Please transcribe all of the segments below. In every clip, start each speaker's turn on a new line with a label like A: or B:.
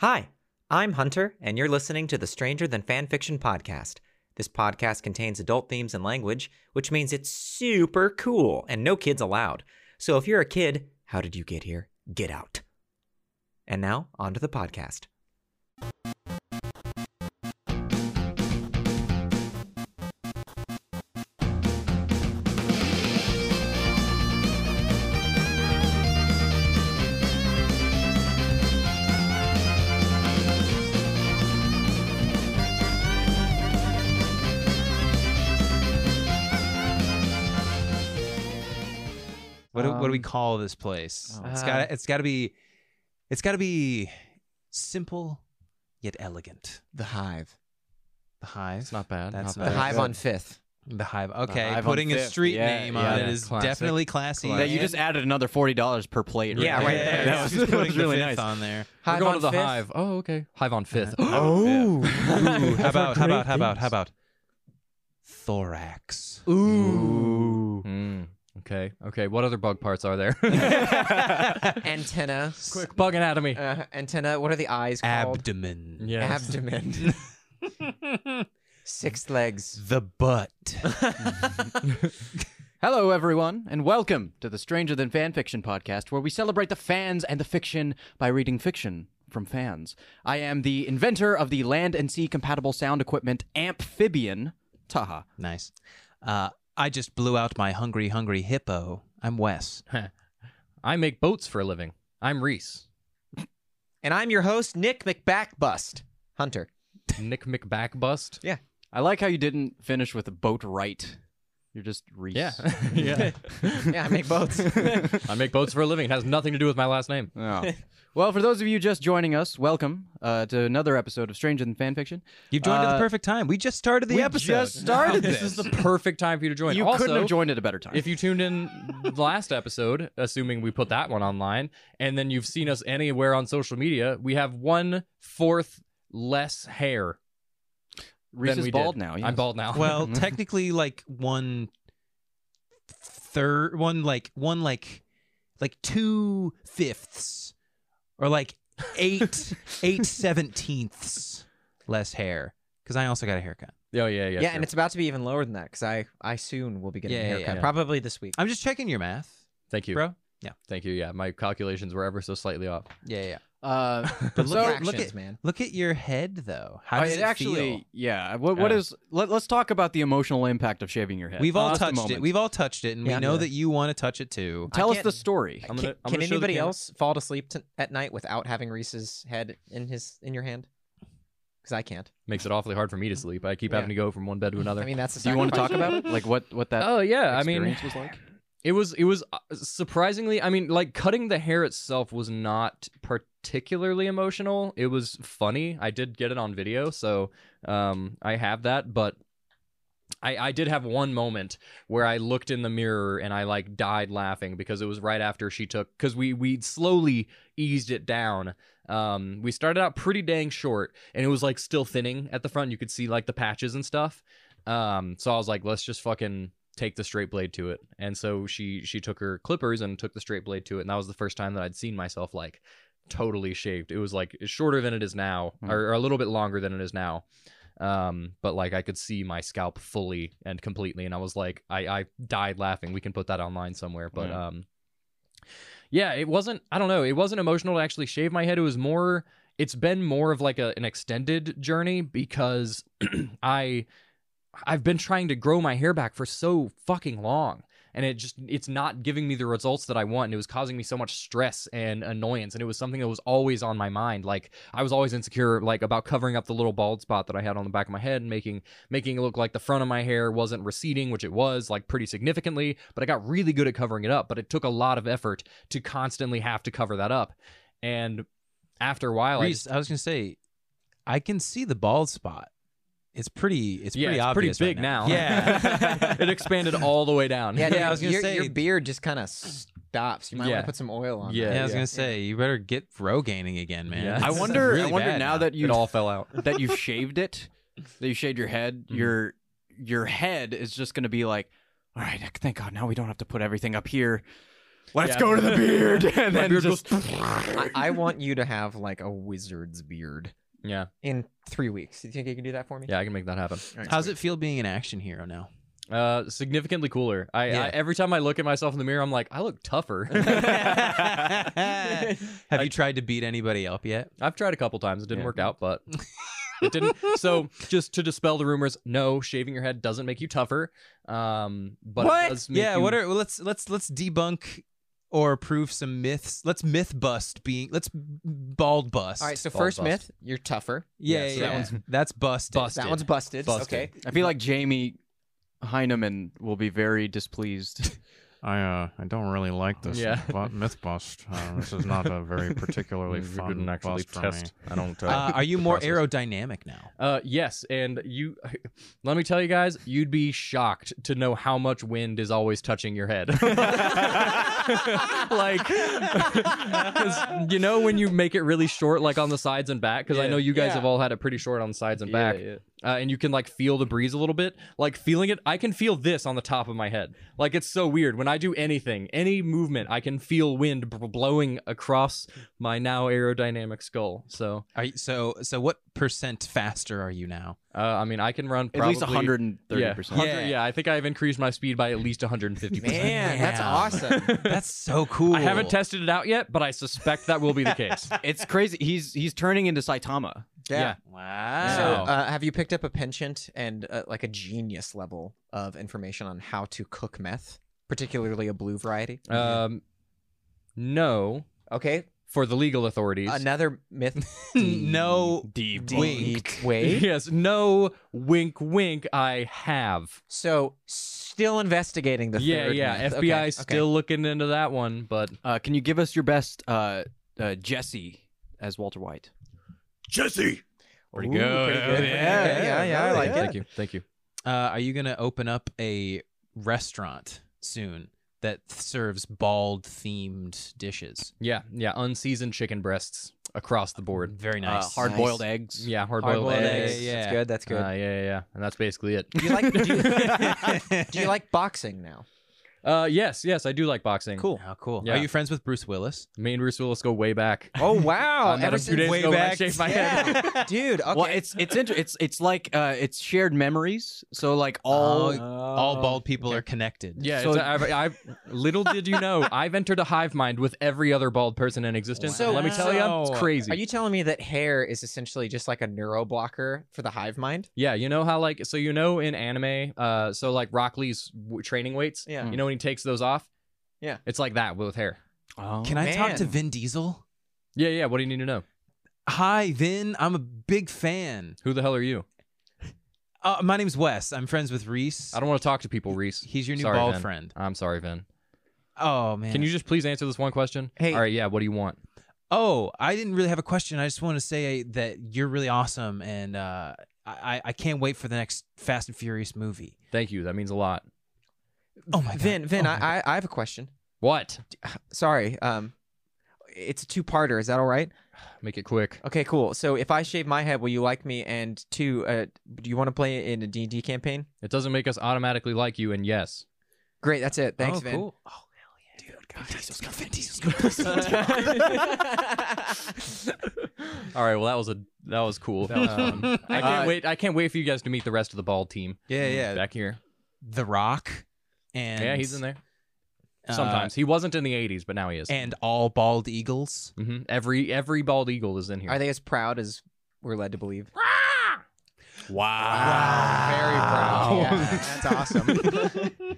A: Hi, I'm Hunter, and you're listening to the Stranger Than Fanfiction podcast. This podcast contains adult themes and language, which means it's super cool and no kids allowed. So if you're a kid, how did you get here? Get out. And now, on to the podcast.
B: What do, what do we
C: Um,
B: call this place?
C: oh.
B: It's got
C: Um,
B: it's got to be it's got to be simple yet elegant.
C: The Hive.
B: The Hive.
D: It's not bad.
B: That's
D: not
B: not
C: The
B: Very
C: Hive
B: good.
C: on Fifth.
B: the Hive. Okay,
D: Hive on
B: putting a
D: Fifth.
B: street
D: Yeah,
B: name
D: yeah,
B: on it
D: yeah.
B: is
D: Classic.
B: definitely classy.
D: Yeah, you just added another forty dollars per plate.
A: Yeah,
B: yeah,
A: right
B: yeah,
A: there.
B: yeah,
A: That
B: she's
D: was- that
B: putting
D: was
B: the
D: really
B: fifth
D: nice.
B: on there.
D: We're
C: Hive
D: going
C: on
D: to the
C: Fifth.
D: Hive. Oh, okay. Uh-huh. Hive on Fifth.
C: Oh.
B: Ooh, how about how about how about how about thorax?
C: Ooh.
D: Mm, okay. Okay. What other bug parts are there?
C: antenna.
D: Quick bug anatomy.
C: Uh, antenna. What are the eyes called?
B: Abdomen.
D: Yes.
C: Abdomen. Six legs.
B: The butt.
D: Hello, everyone, and welcome to the Stranger Than Fanfiction podcast, where we celebrate the fans and the fiction by reading fiction from fans. I am the inventor of the land and sea compatible sound equipment amphibian, Taha.
B: nice. Uh, I just blew out my hungry hungry hippo. I'm Wes.
D: I make boats for a living. I'm Reese.
A: And I'm your host, Nick McBackbust.
C: Hunter.
D: Nick McBackbust.
A: Yeah.
E: I like how you didn't finish with a boat right. You're just Reese.
D: Yeah. yeah.
C: Yeah, I make boats.
D: I make boats for a living. It has nothing to do with my last name.
E: Oh. well, for those of you just joining us, welcome uh, to another episode of Stranger Than Fanfiction.
B: You've joined at the
E: Uh,
B: perfect time. We just started the
E: we
B: episode.
E: just started
D: This is the perfect time for you to join.
E: You
D: also,
E: couldn't have joined at a better time.
D: If you tuned in last episode, assuming we put that one online, and then you've seen us anywhere on social media, we have one fourth less hair.
E: Reese
D: than
E: is
D: we did.
E: bald now. yes.
D: I'm bald now.
B: Well, technically, like one third, one like one like like two fifths, or like eight eight seventeenths less hair. Because I also got a haircut.
D: oh yeah, yeah.
C: yeah, and it's about to be even lower than that because I, I soon will be getting a
B: Yeah, yeah,
C: haircut.
B: yeah.
C: Probably this week.
B: I'm just checking your math,
D: thank you,
B: bro.
D: Thank you. Yeah, my calculations were ever so slightly off.
B: Yeah, yeah.
E: Uh,
C: Look
B: But look,
C: at
B: look
C: actions,
B: at
C: man.
B: look at your head though. How does
E: it
B: Oh, it
E: actually,
B: feel?
E: yeah. What, what
D: Yeah.
E: is? Let, us talk about the emotional impact of shaving your head.
B: We've all
E: Just a
B: touched it.
E: moment.
B: We've all touched it, and
C: Yeah.
B: we know
C: Yeah.
B: that you want to touch it too.
E: Tell
C: I
E: us the
C: can't-
E: story.
D: I'm gonna-
C: can
D: I'm
C: can
D: gonna show the
C: anybody
D: camera.
C: else fall to sleep t- at night without having Reese's head in his in your hand? Because I can't.
D: Makes it awfully hard for me to sleep. I keep having to go from one bed to another.
C: I mean, that's the
E: Do you want to talk
C: sacrifice.
E: about it? Like what? What that?
D: oh yeah, I mean,
E: experience was like.
D: It was it was uh, surprisingly I mean like cutting the hair itself was not particularly emotional. It was funny. I did get it on video, so um I have that, but I I did have one moment where I looked in the mirror and I like died laughing because it was right after she took cuz we we slowly eased it down. Um we started out pretty dang short and it was like still thinning at the front. You could see like the patches and stuff. Um so I was like let's just fucking take the straight blade to it. And so she she took her clippers and took the straight blade to it. And that was the first time that I'd seen myself like totally shaved. It was like shorter than it is now,
E: Hmm.
D: or, or a little bit longer than it is now. Um, but like I could see my scalp fully and completely, and I was like, I I died laughing. We can put that online somewhere, but
E: Yeah.
D: um, yeah, it wasn't. I don't know. It wasn't emotional to actually shave my head. It was more. It's been more of like a, an extended journey because I I've been trying to grow my hair back for so fucking long and it just it's not giving me the results that I want and it was causing me so much stress and annoyance and it was something that was always on my mind like I was always insecure like about covering up the little bald spot that I had on the back of my head and making making it look like the front of my hair wasn't receding which it was like pretty significantly but I got really good at covering it up but it took a lot of effort to constantly have to cover that up and after a while I
B: Reese, I was gonna say, I can see the bald spot. It's pretty. It's
D: Yeah,
B: pretty
D: it's pretty
B: obvious. right
D: big now.
B: Yeah.
D: just- it expanded all the way down
C: Yeah,
B: Yeah, I
C: dude,
B: was gonna
C: your,
B: say-
C: your beard just kind of stops. You might want
D: Yeah.
C: to put some oil on.
D: Yeah,
B: Yeah, I
C: that.
B: was gonna say you better get Rogaining again, man.
D: Yeah.
B: This
E: I
B: is
E: wonder.
B: really
E: I wonder
B: bad
E: now that you
D: it all fell out
E: that you've shaved it, that you shaved your head,
D: Mhm.
E: your your head is just going to be like, all right, thank God, now we don't have to put everything up here. Let's
D: Yeah.
E: go to the beard, and
D: My
E: then
D: beard
E: just
C: I, I want you to have like a wizard's beard
D: Yeah,
C: in three weeks. Do you think you can do that for me?
D: yeah, I can make that happen.
C: All right,
B: How's
C: sweet.
B: it feel being an action hero now?
D: Uh, significantly cooler. I, I
B: Yeah.
D: every time I look at myself in the mirror, I'm like, I look tougher.
B: Have you tried to beat anybody up yet?
D: I've tried a couple times. It didn't
B: Yeah.
D: work out, but it didn't. So just to dispel the rumors, no, shaving your head doesn't make you tougher. Um, but It does make
B: yeah.
D: you-
B: What are well, let's let's let's debunk or prove some myths. Let's myth bust being. Let's bald bust.
C: All right, so
D: Bald
C: first
D: bust.
C: myth, you're tougher.
B: yeah,
D: yeah,
B: yeah,
D: so that
B: yeah. that's busted.
D: Busted.
C: That one's busted.
D: Busted.
C: Okay.
E: I feel like Jamie Heineman will be very displeased.
F: I uh, I don't really like this
D: Yeah.
F: bu- myth bust. Uh, this is not a very particularly
D: Mm, You
F: fun
D: couldn't actually
F: bust
D: test. I don't.
B: Uh, are you more
F: Process.
B: aerodynamic now?
D: Uh, yes, and you. Let me tell you guys, you'd be shocked to know how much wind is always touching your head. like, 'cause you know when you make it really short, like on the sides and back. Because I know you guys have all had it pretty short on the sides and back, Uh, and you can like feel the breeze a little bit. Like feeling it, I can feel this on the top of my head. Like it's so weird when I do anything, any movement, I can feel wind b- blowing across my now aerodynamic skull. So,
B: Are you, so so what percent faster are you now?
D: uh, I mean, I can run
E: At
D: probably
E: least 130 percent.
D: Yeah. 100 yeah, I think I've increased my speed by at least 150.
C: Man, that's
B: Damn.
C: awesome.
B: That's so cool.
D: I haven't tested it out yet, but I suspect that will be the case.
E: It's crazy. He's he's turning into Saitama.
D: Yeah.
B: Wow.
C: So,
D: Wow.
C: uh, have you picked up a penchant and uh, like a genius level of information on how to cook meth, particularly a blue variety?
D: Um, no,
C: okay,
D: for the legal
C: Uh,
D: authorities.
C: another myth.
B: no
E: Deep.
B: wink.
C: Wait.
D: yes, no. Wink, wink. I have.
C: So, still investigating the
D: yeah,
C: third
D: yeah.
C: myth.
D: FBI
C: Okay, okay.
D: still looking into that one, but
E: Uh, can you give us your best uh, uh, Jesse as Walter White?
B: Pretty
C: Ooh,
B: good.
C: pretty good.
B: Yeah,
C: Okay, yeah, yeah, I like
D: thank
C: it.
D: you, thank you.
B: Uh, are you gonna open up a restaurant soon that serves bald themed dishes?
D: Yeah, yeah. Unseasoned chicken breasts across the board.
B: Very nice.
E: Uh, hard boiled eggs.
D: Yeah, hard boiled
C: Hard-boiled
D: eggs.
C: eggs.
B: yeah,
C: That's
B: yeah.
C: good. That's good.
D: Uh, yeah, yeah, yeah. And that's basically it.
C: do you like do you, do you like boxing now?
D: Uh, yes, yes, I do like boxing.
C: Cool.
B: How cool.
D: Yeah.
B: Are you friends with Bruce Willis?
D: Me and Bruce Willis go way back.
C: Oh wow!
D: I met him two days ago when I shaved my head.
C: Yeah. dude. Okay.
E: Well, it's it's inter- it's it's like uh, it's shared memories. So like all
B: Oh, All bald people are connected.
D: Uh, Yeah,
E: So-
D: it's, I, I, little did you know, I've entered a hive mind with every other bald person in existence.
C: So-
D: So let me tell you,
B: Wow.
D: it's crazy.
C: Are you telling me that hair is essentially just like a neuroblocker for the hive mind?
D: yeah, you know how like so you know in anime, uh, so like Rock Lee's w- training weights.
C: Yeah.
D: you know when he takes those off.
C: Yeah.
D: it's like that with hair.
B: Can I talk to
C: man.
B: Vin Diesel?
D: Yeah, yeah. What do you need to know?
B: Hi, Vin. I'm a big fan.
D: Who the hell are you?
B: Uh, my name's Wes. I'm friends with Reese.
D: I don't want to talk to people, Reese.
B: He's your new
D: Sorry,
B: bald
D: Vin.
B: friend.
D: I'm sorry, Vin.
B: Oh man.
D: Can you just please answer this one question?
C: Hey.
D: all right, yeah. What do you want?
B: Oh, I didn't really have a question. I just want to say that you're really awesome, and uh, I I can't wait for the next Fast and Furious movie.
D: Thank you. That means a lot.
B: Oh my god,
C: Vin, Vin,
B: Oh my
C: I, I, I have a question.
D: What?
C: Sorry. Um, it's a two-parter. Is that all right?
D: Make it quick.
C: Okay, cool. So if I shave my head, will you like me? And two, uh, do you want to play in a D and D campaign?
D: It doesn't make us automatically like you. And yes,
C: Great. That's it. Thanks,
B: oh,
C: Vin.
B: Cool. Oh hell yeah, dude! Vin Diesel's good. Vin Diesel's good. Please
D: All
B: don't-
D: right, well that was a that was cool. Um, I
E: Uh,
D: can't wait. I can't wait for you guys to meet the rest of the ball team.
B: yeah, yeah.
D: back here.
B: The Rock, and
D: yeah, he's in there
B: uh,
D: sometimes. he wasn't in the '80s, but now he is.
B: and all bald eagles.
D: hmm Every every bald eagle is in here.
C: Are they as proud as we're led to believe?
E: Very proud.
C: Yeah, that's awesome.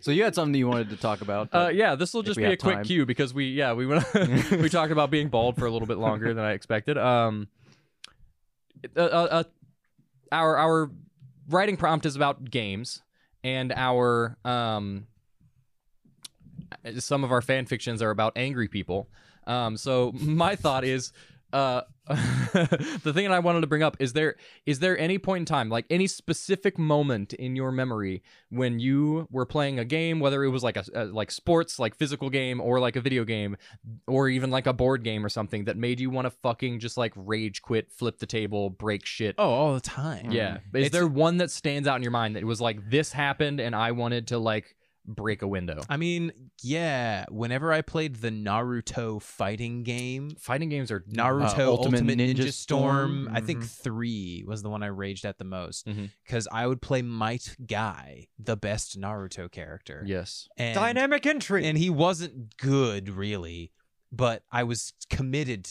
E: So you had something you wanted to talk about.
D: Uh,
E: but-
D: yeah, this will
E: Think
D: just
E: we
D: be a
E: have
D: quick
E: time.
D: cue because we yeah we went we talked about being bald for a little bit longer than I expected. Um, uh, uh, uh, our our writing prompt is about games, and our um, some of our fan fictions are about angry people. Um, so my thought is. Uh, the thing that I wanted to bring up is there is there any point in time, like any specific moment in your memory when you were playing a game, whether it was like a, a like sports, like physical game, or like a video game, or even like a board game or something that made you want to fucking just like rage quit, flip the table, break shit.
B: Oh, all the time.
D: yeah. Is
B: It's-
D: there one that stands out in your mind that was like this happened and I wanted to like break a window.
B: I mean, yeah. Whenever I played the Naruto fighting game,
D: Fighting games are
B: Naruto
E: Uh,
B: Ultimate,
E: Ultimate
B: Ninja,
E: Ninja
B: Storm,
E: Storm.
B: I think
D: Mm-hmm.
B: three was the one I raged at the most
D: Mhm.
B: because I would play Might Guy, the best Naruto character,
D: yes.
B: and,
C: Dynamic entry.
B: and he wasn't good really, but I was committed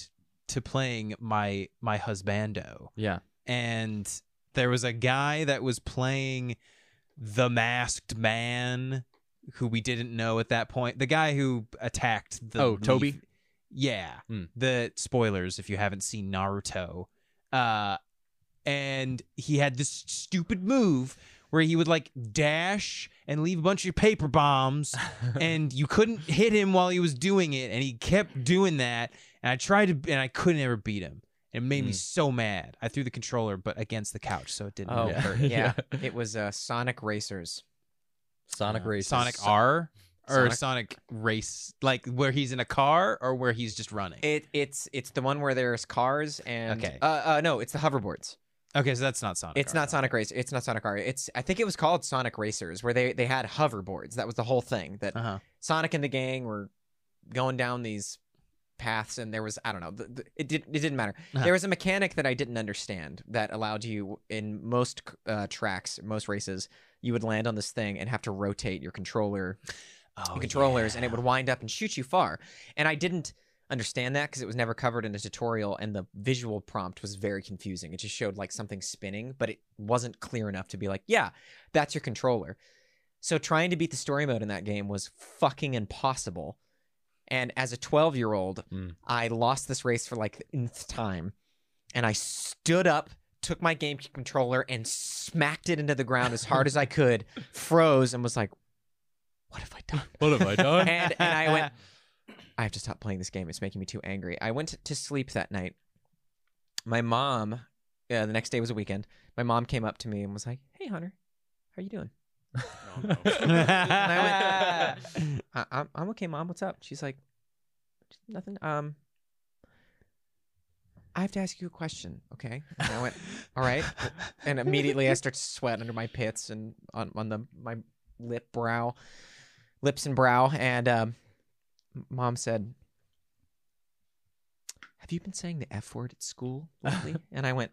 B: to playing my my husbando.
D: Yeah.
B: and there was a guy that was playing the masked man who we didn't know at that point. The guy who attacked the
D: Oh, Toby?
B: leaf- Yeah.
D: Hmm.
B: The spoilers if you haven't seen Naruto. Uh and he had this stupid move where he would like dash and leave a bunch of paper bombs and you couldn't hit him while he was doing it and he kept doing that and I tried to and I could not ever beat him. It made me
D: Mm.
B: so mad. I threw the controller but against the couch so it didn't
C: Oh,
B: really
C: yeah.
B: hurt.
C: yeah. It was uh, Sonic Racers.
D: Sonic
B: Uh,
D: races.
B: Sonic R or Sonic.
C: Sonic-
B: race like where he's in a car or where he's just running.
C: It it's it's the one where there's cars and
B: Okay.
C: uh, uh no, it's the hoverboards.
B: okay, so that's not Sonic.
C: It's
B: R,
C: not
B: though.
C: Sonic Racer. It's not Sonic R. It's I think it was called Sonic Racers where they they had hoverboards. That was the whole thing that
B: Uh-huh.
C: Sonic and the gang were going down these paths and there was I don't know th- th- it did it didn't matter.
B: Uh-huh.
C: There was a mechanic that I didn't understand that allowed you in most uh, tracks, most races, you would land on this thing and have to rotate your controller
B: Oh,
C: controllers and
B: yeah.
C: it would wind up and shoot you far. And I didn't understand that because it was never covered in a tutorial and the visual prompt was very confusing. It just showed like something spinning, but it wasn't clear enough to be like, yeah, that's your controller. So trying to beat the story mode in that game was fucking impossible. And as a 12 year old,
B: Hmm.
D: Mm.
C: I lost this race for like the nth time. And I stood up, took my game controller, and smacked it into the ground as hard as I could, froze, and was like, what have I done?
D: What have I done?
C: and, and I went, I have to stop playing this game. It's making me too angry. I went to sleep that night. My mom, uh, the next day was a weekend. My mom came up to me and was like, Hey, Hunter, how you doing? I I- I'm, I'm okay, mom. What's up? She's like, Nothing. Um, I have to ask you a question, okay? And I went, All right. And immediately I start to sweat under my pits and on, on the my lip brow, lips and brow. And um, mom said, Have you been saying the F word at school lately? and I went,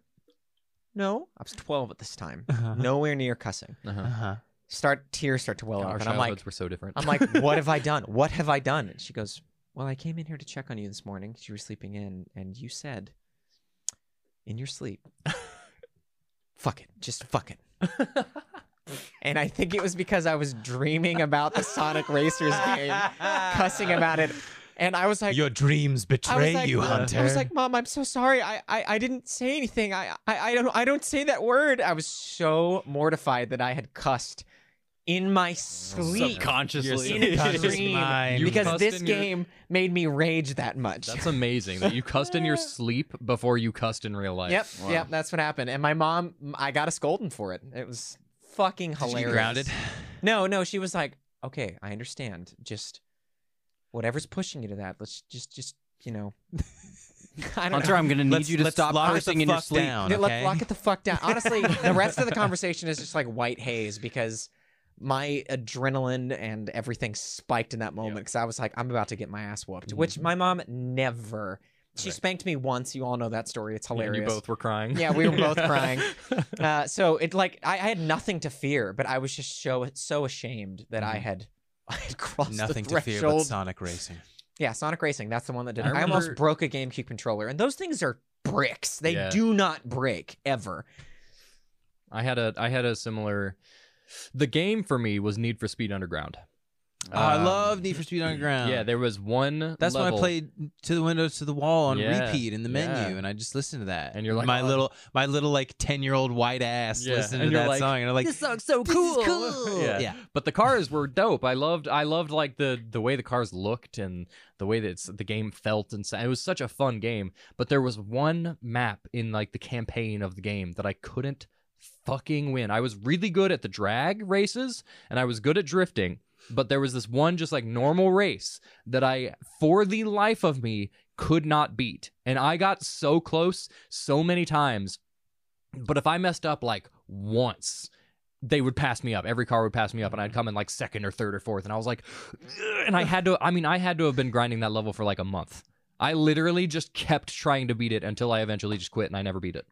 C: No. I was 12 at this time,
B: Uh-huh.
C: nowhere near cussing.
D: uh
B: Uh-huh.
C: Start tears start to well up,
D: Our
C: and I'm like,
D: childhoods were so different.
C: I'm like, what have I done? What have I done? And she goes, Well, I came in here to check on you this morning 'cause you were sleeping in, and you said in your sleep, fuck it, just fuck it. and I think it was because I was dreaming about the Sonic Racers game, cussing about it. And I was like,
B: Your dreams betray
C: like,
B: you,
C: uh,
B: Hunter.
C: I was like, Mom, I'm so sorry. I, I, I didn't say anything. I, I, I don't I don't say that word. I was so mortified that I had cussed in my sleep.
D: Subconsciously.
C: in a
B: subconscious
C: dream
B: mind.
D: You
C: because
D: cussed
C: this
D: in your-
C: game made me rage that much.
D: That's amazing that you cussed in your sleep before you cussed in real life.
C: yep, yep, that's what happened. And my mom, I got a scolding for it. It was fucking
B: Did you get
C: hilarious.
B: grounded.
C: No, no, she was like, "Okay, I understand. Just whatever's pushing you to that, let's just, just you know." I don't
E: Hunter,
C: know.
E: I'm gonna need
B: Let's-
E: you to
B: let's
E: stop
B: lock the
E: cursing in your
B: fuck
E: sleep.
B: down,
C: Yeah, let-
B: okay?
C: Lock it the fuck down. Honestly, the rest of the conversation is just like white haze because my adrenaline and everything spiked in that moment because I was like, I'm about to get my ass whooped,
B: Mm-hmm.
C: which my mom never. She spanked me once. You all know that story. It's
D: And
C: hilarious.
D: You both were crying.
C: Yeah, we were both crying. Uh, so it like I, I had nothing to fear, but I was just so so ashamed that I had I had crossed
B: Mm-hmm. Nothing
C: the
B: to
C: threshold.
B: fear but Sonic Racing.
C: Yeah, Sonic Racing. That's the one that did.
D: I
C: it. I almost
D: remember-
C: broke a GameCube controller, and those things are bricks. They
D: Yeah.
C: do not break ever.
D: I had a I had a similar. The game for me was Need for Speed Underground.
B: Oh, I
D: Um,
B: love Need for Speed Underground.
D: Yeah, there was one.
B: That's
D: level,
B: when I played to the windows to the wall on
D: Yeah,
B: repeat in the menu,
D: yeah.
B: and I just listened to that.
D: And you're like,
B: my
D: "Oh."
B: little, my little like ten year old white ass
D: Yeah,
B: listening
D: and
B: to
D: you're
B: that
D: like,
B: song, and I'm like,
E: song's so
B: cool.
D: Yeah.
B: Yeah.
D: But the cars were dope. I loved I loved like the the way the cars looked and the way that it's, the game felt and so, it was such a fun game. But there was one map in like the campaign of the game that I couldn't fucking win. I was really good at the drag races and I was good at drifting, but there was this one just like normal race that I for the life of me could not beat. And I got so close so many times. But if I messed up like once, they would pass me up. Every car would pass me up, and I'd come in like second or third or fourth. And I was like, "Ugh," and I had to, I mean, I had to have been grinding that level for like a month. I literally just kept trying to beat it until I eventually just quit and I never beat it.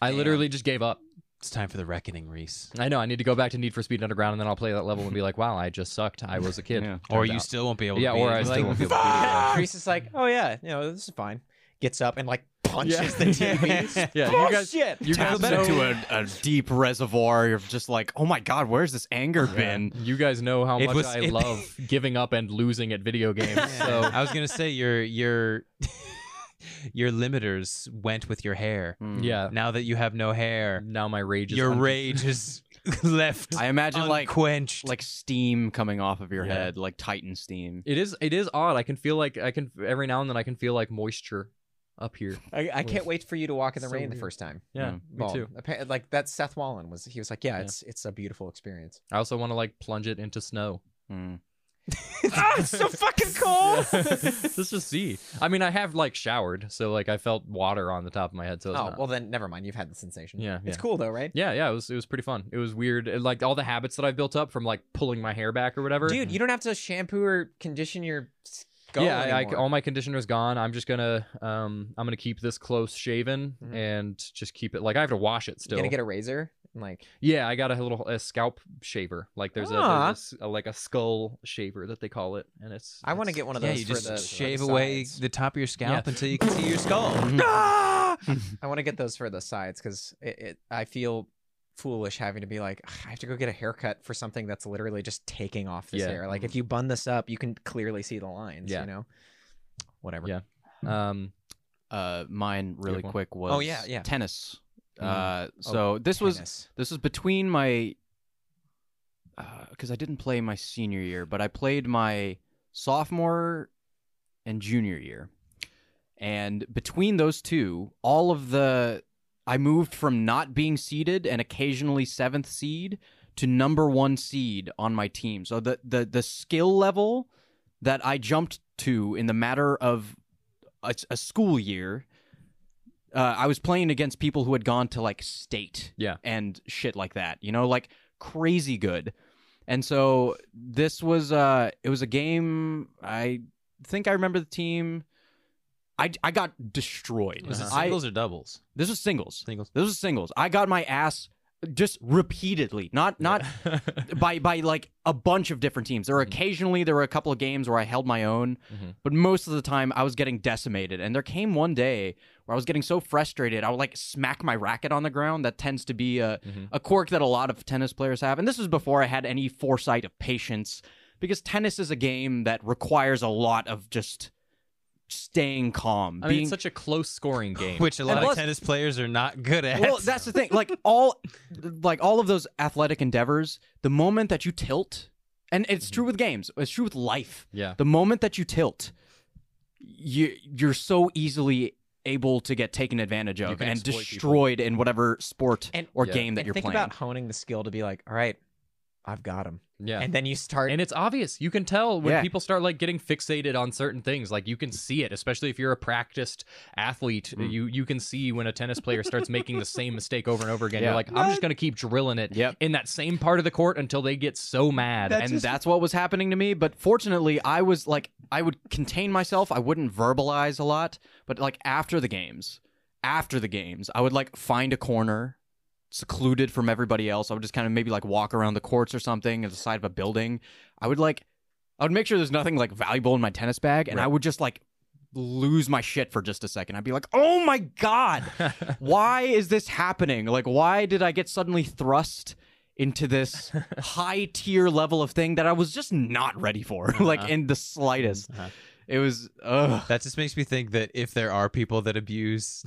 D: I literally just gave up.
B: It's time for the reckoning, Reese.
D: I know I need to go back to Need for Speed Underground and then I'll play that level and be like, wow, I just sucked. I was a kid.
E: Yeah.
B: Or
D: Turned
B: you
D: out.
B: still won't be able.
D: Yeah,
B: to beat
D: or
B: it.
D: I
B: Like,
D: still won't be able to beat it.
A: Reese is like, oh yeah, you know this is fine. Gets up and like punches the TV.
D: Yeah, you guys-
A: Bullshit.
D: You guys,
E: Taps into
D: know,
E: a, a deep reservoir of just like, oh my god, where's this anger been?
D: you guys know how
B: It
D: much
B: was-
D: I
B: it-
D: love giving up and losing at video games. So
B: I was gonna say your your your limiters went with your hair.
E: Hmm.
D: yeah,
B: Now that you have no hair,
D: now my rage is
B: your
D: un-
B: rage is left
E: I imagine like
B: unquenched.
E: like steam coming off of your
B: Yeah.
E: head, like Titan steam.
D: It is it is odd. I can feel like I can every now and then I can feel like moisture up here.
A: I, I can't wait for you to walk in the
D: So
A: rain the
D: weird.
A: first time.
D: Yeah,
E: Yeah.
D: me
A: Well,
D: too.
A: appa- Like that Seth Wallen was. He was like, yeah,
D: Yeah.
A: it's it's a beautiful experience.
D: I also want to like plunge it into snow.
E: Mm.
A: oh, it's so fucking cold.
D: Let's just see. I mean, I have like showered, so like I felt water on the top of my head. So it's
A: oh
D: not-
A: well, then never mind. You've had the sensation.
D: Yeah,
A: it's
D: yeah.
A: cool though, right?
D: yeah, yeah. It was it was pretty fun. It was weird. It, like all the habits that I've built up from like pulling my hair back or whatever.
A: Dude, you don't have to shampoo or condition your skull.
D: yeah, I, I,
A: anymore.
D: all my conditioner's gone. I'm just gonna um I'm gonna keep this close shaven
A: Mhm.
D: and just keep it. Like I have to wash it
A: you
D: still.
A: gonna get a razor? And like,
D: Yeah, I got a little a scalp shaver. Like there's, a, there's
A: Ah.
D: a s- a- like a skull shaver that they call it, and it's.
A: I want to
D: it's-
A: get one of
B: yeah,
A: those.
B: you
A: for
B: just
A: the, for the
B: shave away
A: sides.
B: the top of your scalp until you can see your skull.
A: I want to get those for the sides because it, it. I feel foolish having to be like, "Ugh, I have to go get a haircut for something that's literally just taking off this
D: Yeah.
A: hair. Like if
E: Mm-hmm.
A: you bun this up, you can clearly see the lines.
D: Yeah.
A: You know, whatever.
D: Yeah. Um.
E: Uh, mine really
D: have one?
E: quick was
A: Oh, yeah, yeah.
E: tennis.
A: Mm.
E: Uh, so this was
A: Tennis.
E: This was between my because I didn't play my senior year, but I played my sophomore and junior year. And between those two, all of the I moved from not being seeded and occasionally seventh seed to number one seed on my team. So the the the skill level that I jumped to in the matter of a, a school year, uh, I was playing against people who had gone to like state
D: Yeah.
E: and shit like that. You know, like crazy good. And so this was uh it was a game I think I remember the team. I, I got destroyed.
B: Was it
A: Uh-huh.
E: I-
B: singles or doubles?
E: this was singles.
B: Singles.
E: This was singles. I got my ass just repeatedly, not not by by like a bunch of different teams. There were
D: Mhm.
E: occasionally there were a couple of games where I held my own,
D: Mhm.
E: but most of the time I was getting decimated. And there came one day where I was getting so frustrated, I would like smack my racket on the ground. That tends to be a
D: Mhm.
E: a quirk that a lot of tennis players have. And this was before I had any foresight of patience because tennis is a game that requires a lot of just staying calm,
D: I mean,
E: being
D: it's such a close scoring game.
B: Which a lot
E: plus-
B: of tennis players are not good at.
E: well that's the thing like all like all of those athletic endeavors the moment that you tilt and it's true with games it's true with life
D: Yeah.
E: the moment that you tilt you you're so easily able to get taken advantage of
D: can
E: and
D: exploit people.
E: destroyed in whatever sport
A: And-
E: or
D: Yeah.
E: game that
A: And
E: you're
A: think
E: playing
A: about honing the skill to be like, all right, I've got him,
D: Yeah.
A: and then you start.
D: and it's obvious. You can tell when
E: Yeah.
D: people start like getting fixated on certain things. Like you can see it, especially if you're a practiced athlete.
A: Mm.
D: You you can see when a tennis player starts making the same mistake over and over again.
E: Yeah.
D: You're like, I'm just gonna keep drilling it
E: Yep.
D: in that same part of the court until they get so mad.
E: and that's what was happening to me but fortunately i was like i would contain myself i wouldn't verbalize a lot but like after the games after the games i would like find a corner secluded from everybody else i would just kind of maybe like walk around the courts or something at the side of a building i would like i would make sure there's nothing like valuable in my tennis bag and i would just like lose my shit for just a second i'd be like oh my god why is this happening like why did i get suddenly thrust into this high tier level of thing that I was just not ready for, like in the slightest.
B: Uh-huh.
E: It was, ugh.
B: That just makes me think that if there are people that abuse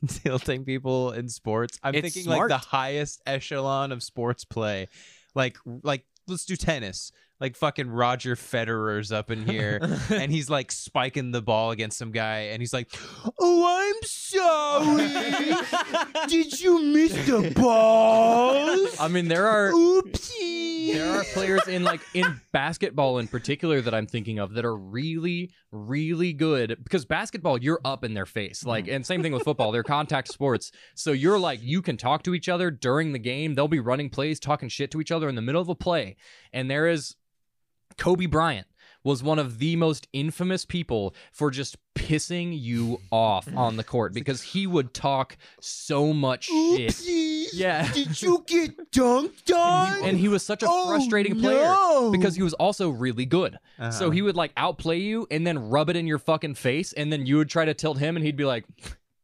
B: tilting people in sports, I'm
E: It's
B: thinking
E: smart.
B: like the highest echelon of sports play. Like like let's do tennis. Like fucking Roger Federer's up in here and he's like spiking the ball against some guy and he's like, "Oh, I'm sorry. Did you miss the balls?"
D: I mean, there are
B: Oopsie.
D: there are players in like in basketball in particular that I'm thinking of that are really, really good because basketball you're up in their face like and same thing with football they're contact sports so you're like you can talk to each other during the game they'll be running plays talking shit to each other in the middle of a play and there is Kobe Bryant was one of the most infamous people for just pissing you off on the court because he would talk so much shit. Yeah.
B: Did you get dunked on?
D: And he was such a frustrating player because he was also really good. So he would like outplay you and then rub it in your fucking face, and then you would try to tilt him, and he'd be like,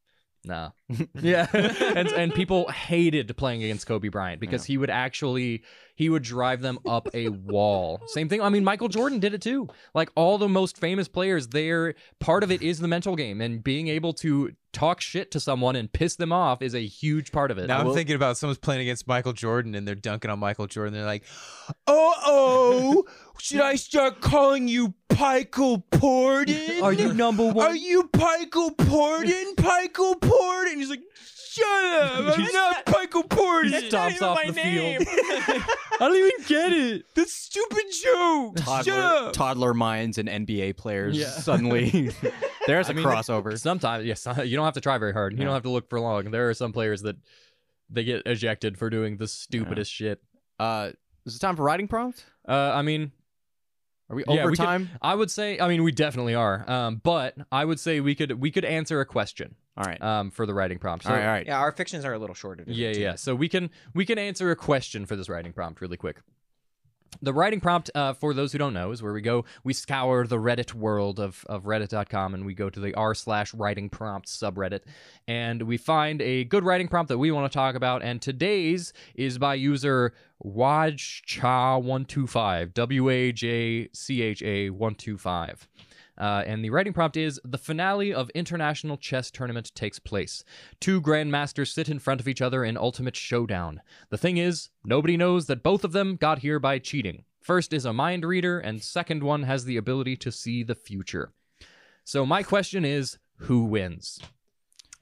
D: "Nah." yeah. and and people hated playing against Kobe Bryant because he would actually he would drive them up a wall. Same thing. I mean, Michael Jordan did it too. Like all the most famous players, their part of it is the mental game, and being able to talk shit to someone and piss them off is a huge part of it.
B: Now I'm thinking about someone's playing against Michael Jordan and they're dunking on Michael Jordan. They're like, "Oh, oh, should I start calling you Michael Porton?
D: Are you number one?
B: Are you Michael Porton? Michael Porton?" And he's like, "Shut up! I'm not Michael Porton."
D: He stomps off the field.
B: I don't even get it. This stupid joke. Shut
E: toddler,
B: up.
E: toddler minds and NBA players
D: Yeah.
E: suddenly. There's a crossover.
D: Sometimes, yes, you don't have to try very hard. You don't have to look for long. There are some players that they get ejected for doing the stupidest shit.
E: Uh, is it time for writing prompt?
D: Uh, I mean,
E: Are we
D: Yeah,
E: over
D: we could-
E: time?
D: I would say, I mean, we definitely are. Um, but I would say we could we could answer a question
E: All right.
D: um, for the writing prompt. So,
E: all right. All right.
C: Yeah, our fictions are a little shorter.
D: Yeah, yeah. So we can we can answer a question for this writing prompt really quick. The writing prompt, uh, for those who don't know, is where we go. We scour the Reddit world of, of Reddit.com and we go to the r slash writing prompt subreddit, and we find a good writing prompt that we want to talk about. And today's is by user Wajcha125, W A J C H A 125. Uh, and the writing prompt is The finale of international chess tournament takes place. Two grandmasters sit in front of each other in ultimate showdown. The thing is, nobody knows that both of them got here by cheating. First is a mind reader, and second one has the ability to see the future. So, my question is who wins?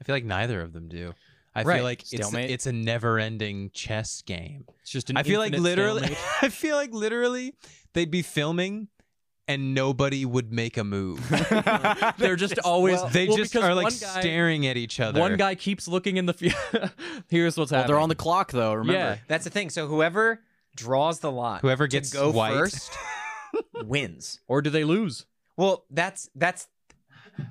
B: I feel like neither of them do. I
D: Right.
B: feel like it's
E: Stalemate.
B: a, it's a never-ending chess game.
D: It's just an
B: I feel like
D: infinite
B: literally,
D: stalemate.
B: I feel like literally, they'd be filming, and nobody would make a move.
D: they're just always
B: they
D: well,
B: just
D: because
B: are like
D: one guy-
B: staring at each other.
D: One guy keeps looking in the future. Here's what's
E: Well,
D: happening.
E: they're on the clock though. Remember.
D: yeah.
C: That's the thing. So whoever draws the lot,
B: Whoever
C: to
B: gets
C: go
B: white.
C: first, wins.
D: Or do they lose?
C: Well, that's that's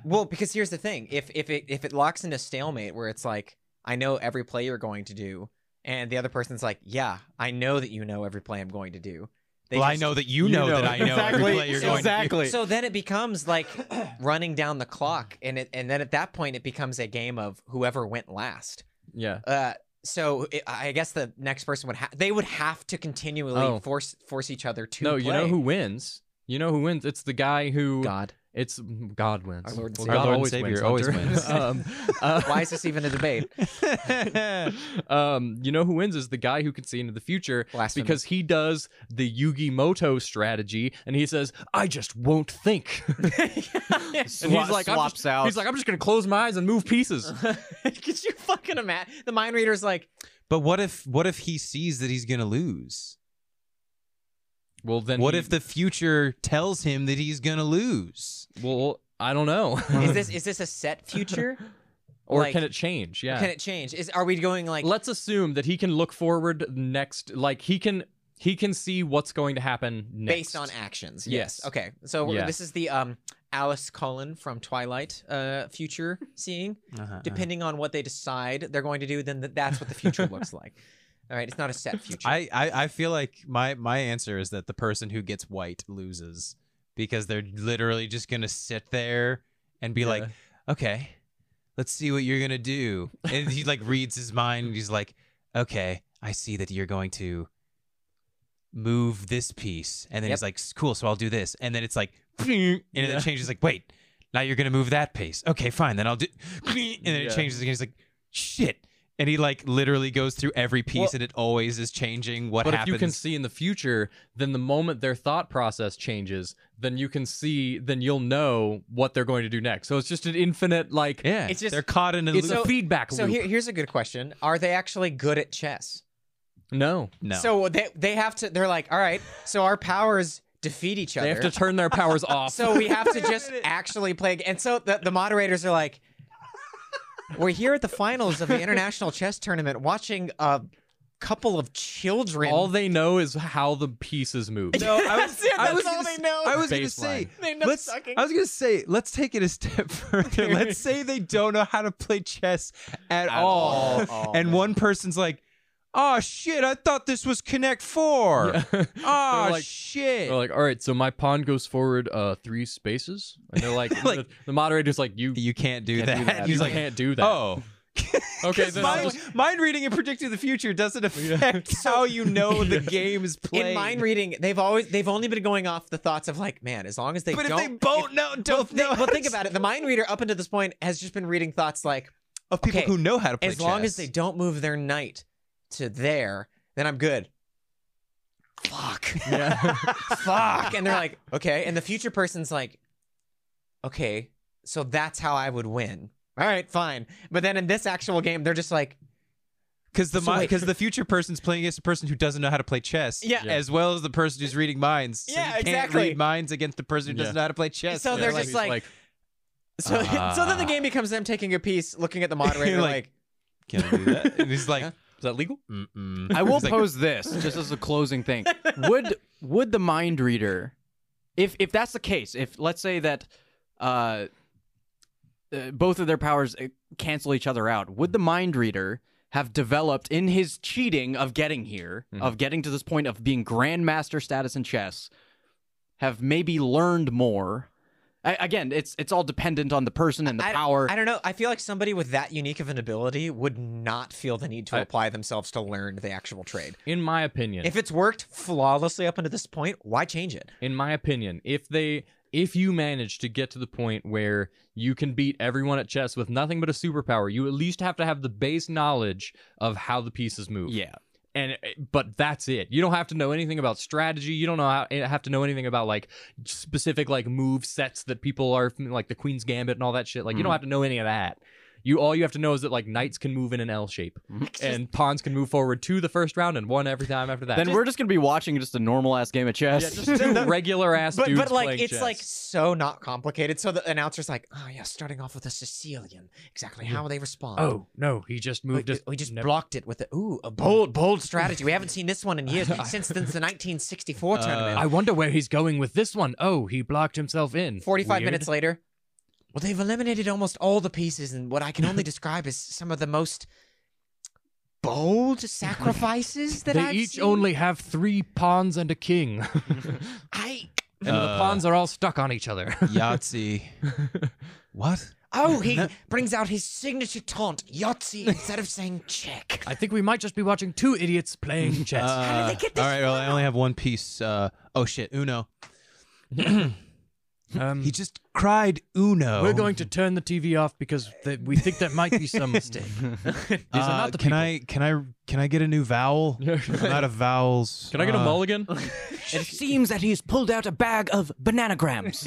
C: well because here's the thing. If if it if it locks into stalemate where it's like I know every play you're going to do, and the other person's like, yeah, I know that you know every play I'm going to do. They
B: Well, I
C: just-
B: know that you, know, that I know
E: exactly.
B: every play you're going
E: exactly.
C: So then it becomes like running down the clock, and it, and then at that point it becomes a game of whoever went last.
D: Yeah.
C: Uh, so it, I guess the next person would ha- they would have to continually
D: Oh.
C: force force each other to
D: no,
C: play.
D: you know who wins? You know who wins? It's the guy who.
C: God.
D: It's mm, God wins.
C: Our Lord and
D: Well,
C: Savior.
B: Our Lord and Savior
D: God always wins.
B: always
D: Hunter.
B: wins.
D: um, uh,
C: Why is this even a debate?
D: um, you know who wins is the guy who can see into the future
C: Blasphemy.
D: because he does the Yugi Moto strategy and he says, "I just won't think." and
E: Swap-
D: he's like, I'm
E: swaps
D: just,
E: out.
D: He's like, "I'm just gonna close my eyes and move pieces."
C: Could you fucking imagine? The mind reader's like,
B: But what if what if he sees that he's gonna lose?
D: well, then
B: what
D: he-
B: if the future tells him that he's gonna lose?
D: Well, I don't know.
C: is this is this a set future?
D: or
C: like-
D: can it change? Yeah.
C: Can it change? Is are we going like
D: Let's assume that he can look forward next. Like he can, he can see what's going to happen next.
C: based on actions?
D: Yes.
C: Okay. So
D: Yeah.
C: this is the um Alice Cullen from Twilight uh future seeing. Depending on what they decide they're going to do, then th- that's what the future looks like. All right, it's not a set future.
B: I, I I feel like my my answer is that the person who gets white loses because they're literally just gonna sit there and be like, okay, let's see what you're gonna do, and he like reads his mind and he's like, okay, I see that you're going to move this piece, and then
C: Yep.
B: he's like, "S- cool, so I'll do this, and then it's like, and then it changes like, wait, now you're gonna move that piece, okay, fine, then I'll do, and then
D: Yeah.
B: it changes again. He's like, shit. And he like literally goes through every piece,
D: Well-
B: and it always is changing. What
D: but
B: happens?
D: if you can see in the future, then the moment their thought process changes, then you can see, then you'll know what they're going to do next. So it's just an infinite, like,
B: yeah,
C: It's just-
B: they're caught in a
D: it's
B: loop.
D: a feedback
C: so
D: loop.
C: here, here's a good question: Are they actually good at chess?
D: No.
B: No.
C: So they they have to. They're like, all right. So our powers defeat each other.
D: They have to turn their powers off.
C: so we have to just actually play. And so the, the moderators are like, we're here at the finals of the international chess tournament, watching a couple of children.
D: all they know is how the pieces move.
B: no, I was,
C: That's it,
B: I was
C: that's all
B: gonna,
C: they know.
B: I was gonna
D: Baseline.
B: say,
C: They know
B: let's,
C: sucking.
B: I was gonna say, let's take it a step further. let's say they don't know how to play chess at, all, Oh, and one person's like, "Oh shit, I thought this was Connect Four. Oh
D: They're like-
B: shit."
D: They're like, all right, so my pawn goes forward uh three spaces, and they're like, the, the moderator's like, you,
B: you can't do that.
D: you
B: He's like,
D: can't do that.
B: "Oh."
D: okay,
B: 'Cause
D: then I'll
B: mind,
D: just
B: mind reading and predicting the future doesn't affect how you know the game is played.
C: in mind reading, they've always they've only been going off the thoughts of like, man, as long as they
B: but if
C: don't.
B: they both know, don't
C: they-
B: know,
C: well, think about it. The mind reader up until this point has just been reading thoughts like,
B: of people
C: okay,
B: who know how to play
C: as long as
B: chess.
C: they don't move their knight to there, then I'm good. Fuck.
D: Yeah.
C: Fuck. And they're like, okay. And the future person's like, okay, so that's how I would win. All right, fine. But then in this actual game, they're just like,
B: Because the
C: So wait.
B: because the future person's playing against a person who doesn't know how to play chess,
C: Yeah. Yeah.
B: as well as the person who's reading minds. So
C: Yeah,
B: you can't
C: exactly.
B: Read minds against the person who doesn't
D: Yeah.
B: know how to play chess.
C: So they're
B: It's
C: just like- so, so then the game becomes them taking a piece, looking at the moderator,
B: Like-
C: like,
B: "Can I do that?" And he's like,
D: is that legal?
F: Mm-mm.
E: I will
B: It's like-
E: pose this just as a closing thing. Would would the mind reader, if if that's the case, if let's say that uh, uh, both of their powers uh, cancel each other out, would the mind reader have developed in his cheating of getting here, of getting to this point of being grandmaster status in chess, have maybe learned more? I, again, it's it's all dependent on the person and the
C: I-
E: power.
C: I don't know. I feel like somebody with that unique of an ability would not feel the need to
D: I-
C: apply themselves to learn the actual trade.
D: In my opinion,
C: If it's worked flawlessly up until this point, why change it?
D: in my opinion, if they if you manage to get to the point where you can beat everyone at chess with nothing but a superpower, you at least have to have the base knowledge of how the pieces move.
E: yeah,
D: and eh, but that's it. You don't have to know anything about strategy. You don't know how, eh, have to know anything about like specific like move sets that people are like the queen's gambit and all that shit. Like
C: Mm-hmm.
D: you don't have to know any of that. You all you have to know is that like knights can move in an L shape and pawns can move forward to the first round and one every time after that.
E: then we're just gonna be watching just a normal ass game of chess.
D: yeah, just two regular ass
C: But
D: dudes
C: but like
D: playing
C: it's
D: chess.
C: like so not complicated. So the announcer's like, oh yeah, starting off with a Sicilian. Exactly how they respond.
D: oh no, he just
C: We,
D: moved. his-
C: we just
D: never-
C: blocked it with a ooh a bold bold strategy. We haven't seen this one in years since since the 1964 tournament.
D: Uh, I wonder where he's going with this one. Oh, he blocked himself in.
C: 45
D: Weird.
C: minutes later. Well, they've eliminated almost all the pieces and what I can only describe as some of the most bold sacrifices that
D: They
C: I've
D: each
C: seen.
D: only have three pawns and a king.
C: I
D: and the pawns are all stuck on each other.
B: Yahtzee. what?
C: Oh, he brings out his signature taunt, Yahtzee, instead of saying check.
D: I think we might just be watching two idiots playing chess.
C: How did they get this
B: Uh, all right. Well, I only have one piece. Uh, oh shit, Uno.
D: um,
B: He just cried Uno.
D: we're going to turn the TV off because th- we think there might be some mistake. These
B: Uh,
D: are not the
B: can
D: people.
B: I can I can I get a new vowel? I'm out of vowels.
D: Can I get a
B: Uh,
D: mulligan?
E: It seems that he's pulled out a bag of bananagrams.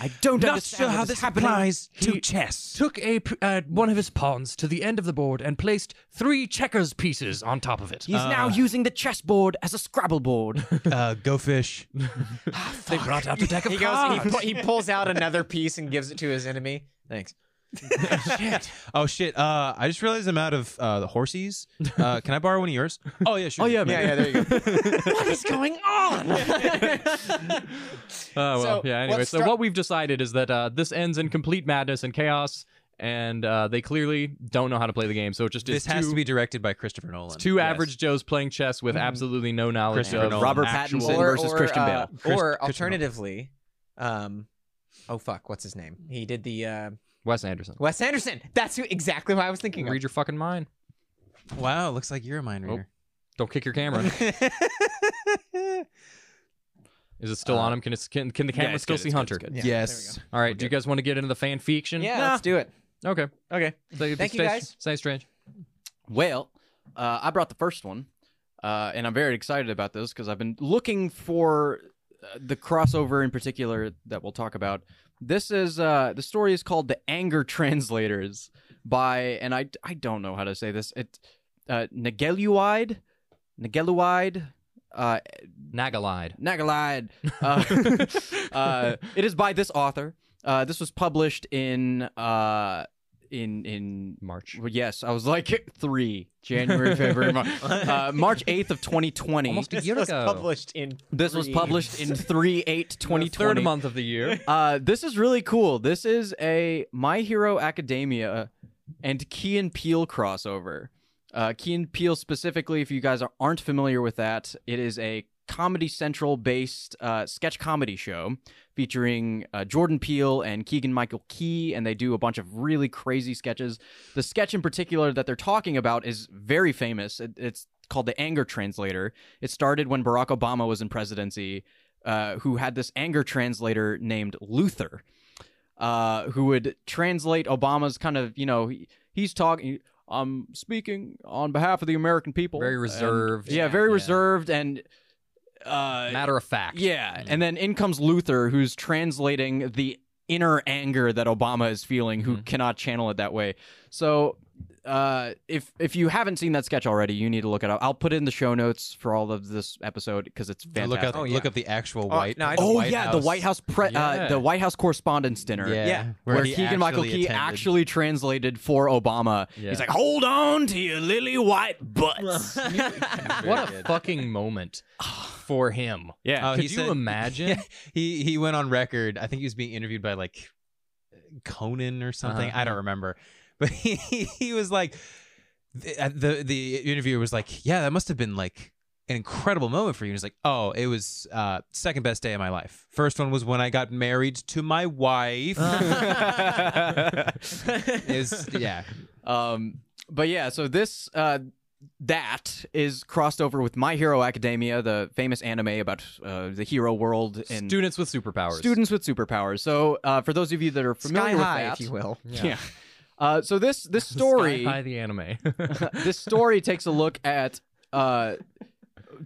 E: I don't
B: Not
E: understand
B: sure
E: what
B: how
E: is
B: this
E: happening.
B: applies to
D: He-
B: chess.
D: Took a p- uh, one of his pawns to the end of the board and placed three checkers pieces on top of it.
E: He's now using the chessboard as a Scrabble board.
B: Uh, go fish.
D: they brought out a deck of
C: He goes,
D: cards.
C: he, pu- he pulls out another piece and gives it to his enemy. Thanks.
B: Oh shit! Uh, I just realized I'm out of uh, the horsies. Uh, can I borrow one of yours? Oh yeah, sure.
E: Oh, yeah, man.
C: Yeah, yeah, there you go. what is going on?
D: Oh well,
C: So,
D: yeah.
C: what
D: Anyway, so
C: stru-
D: what we've decided is that uh, this ends in complete madness and chaos, and uh, they clearly don't know how to play the game. So it just
B: This
D: is
B: has
D: two,
B: to be directed by Christopher Nolan.
D: two average Joes playing chess with absolutely no knowledge
B: Christopher
D: of
B: Nolan.
E: Robert
D: actual-
E: Pattinson versus Oh, Christian
C: uh,
E: Bale.
B: Chris-
C: or
B: Christian
C: alternatively, um, oh fuck, what's his name? He did the uh,
D: Wes Anderson.
C: Wes Anderson. That's who exactly what I was thinking. of.
D: Read your fucking mind.
B: Wow, looks like you're a mind
E: Oh,
B: reader.
D: Don't kick your camera. Is it still on him? Can it can, can the camera
E: it's
D: still
E: good,
D: see
E: it's good,
D: Hunter?
E: it's good.
C: Yeah,
B: yes.
D: All right. do you guys want to get into the fan fiction?
C: Yeah, let's do it.
D: Okay.
C: Okay.
D: So
C: Thank you,
D: stay-
C: guys.
D: Stay strange.
E: Well, uh, I brought the first one, uh, and I'm very excited about this because I've been looking for uh, the crossover in particular that we'll talk about. This is uh, the story is called "The Anger Translators" by, and I I don't know how to say this. It uh, Nageluide Nageluide, uh,
D: Nagalide.
E: Nagalide. Uh, uh, it is by this author. Uh, this was published in uh, in in
D: March.
E: well, yes, I was like three January, February, March, uh, March eighth of twenty twenty.
D: Almost a year ago.
C: in
E: This was published in three eight
D: The
E: twenty
D: Third
E: twenty.
D: month of the year.
E: Uh, this is really cool. This is a My Hero Academia and Key and Peele crossover. Uh, Key and Peele specifically, if you guys are- aren't familiar with that, it is a Comedy Central based uh, sketch comedy show featuring uh, Jordan Peele and Keegan Michael Key, and they do a bunch of really crazy sketches. The sketch in particular that they're talking about is very famous. It, it's called The Anger Translator. It started when Barack Obama was in presidency, uh, who had this anger translator named Luther, uh, who would translate Obama's kind of, you know, he, he's talking. I'm speaking on behalf of the American people.
D: Very
E: and-
D: reserved.
E: yeah, very
D: Yeah.
E: reserved and uh,
D: Matter of fact.
E: yeah,
B: Mm.
E: and then in comes Luther, who's translating the inner anger that Obama is feeling, who
B: Mm.
D: Mhm.
E: cannot channel it that way. So, uh, if if you haven't seen that sketch already, you need to look it up. I'll put it in the show notes for all of this episode because it's
B: Now
E: fantastic.
B: Look up,
A: Oh, yeah.
B: look up the actual
A: Oh,
B: White.
A: no, I
B: the
A: don't-
E: oh
B: White
E: yeah,
B: House.
E: the White House pre-
D: Yeah.
E: uh, the White House Correspondence Dinner.
B: Yeah,
A: Yeah,
E: Where,
B: he
E: Keegan Michael
B: actually
E: Key
B: attended.
E: actually translated for Obama.
D: Yeah.
E: He's like, "Hold on to your lily white butts."
D: What a fucking moment for him. Uh,
E: yeah,
B: Oh,
D: Could
B: he
D: you
B: said-
D: imagine?
B: Yeah, he he went on record. I think he was being interviewed by like Conan or something.
D: Uh-huh.
B: I don't remember, but he he was like the, uh, the the interviewer was like, yeah, that must have been like an incredible moment for you. And he's like, oh, it was uh, second best day of my life. First one was when I got married to my wife. Is yeah,
E: Um, but yeah, so this uh, that is crossed over with My Hero Academia, the famous anime about uh, the hero world and
D: Students with superpowers.
E: students with superpowers. So uh, for those of you that are
C: Sky
E: familiar with
C: High,
E: that,
C: if you will.
E: yeah. Uh, so this this story
D: Sky High the anime.
E: this story takes a look at uh,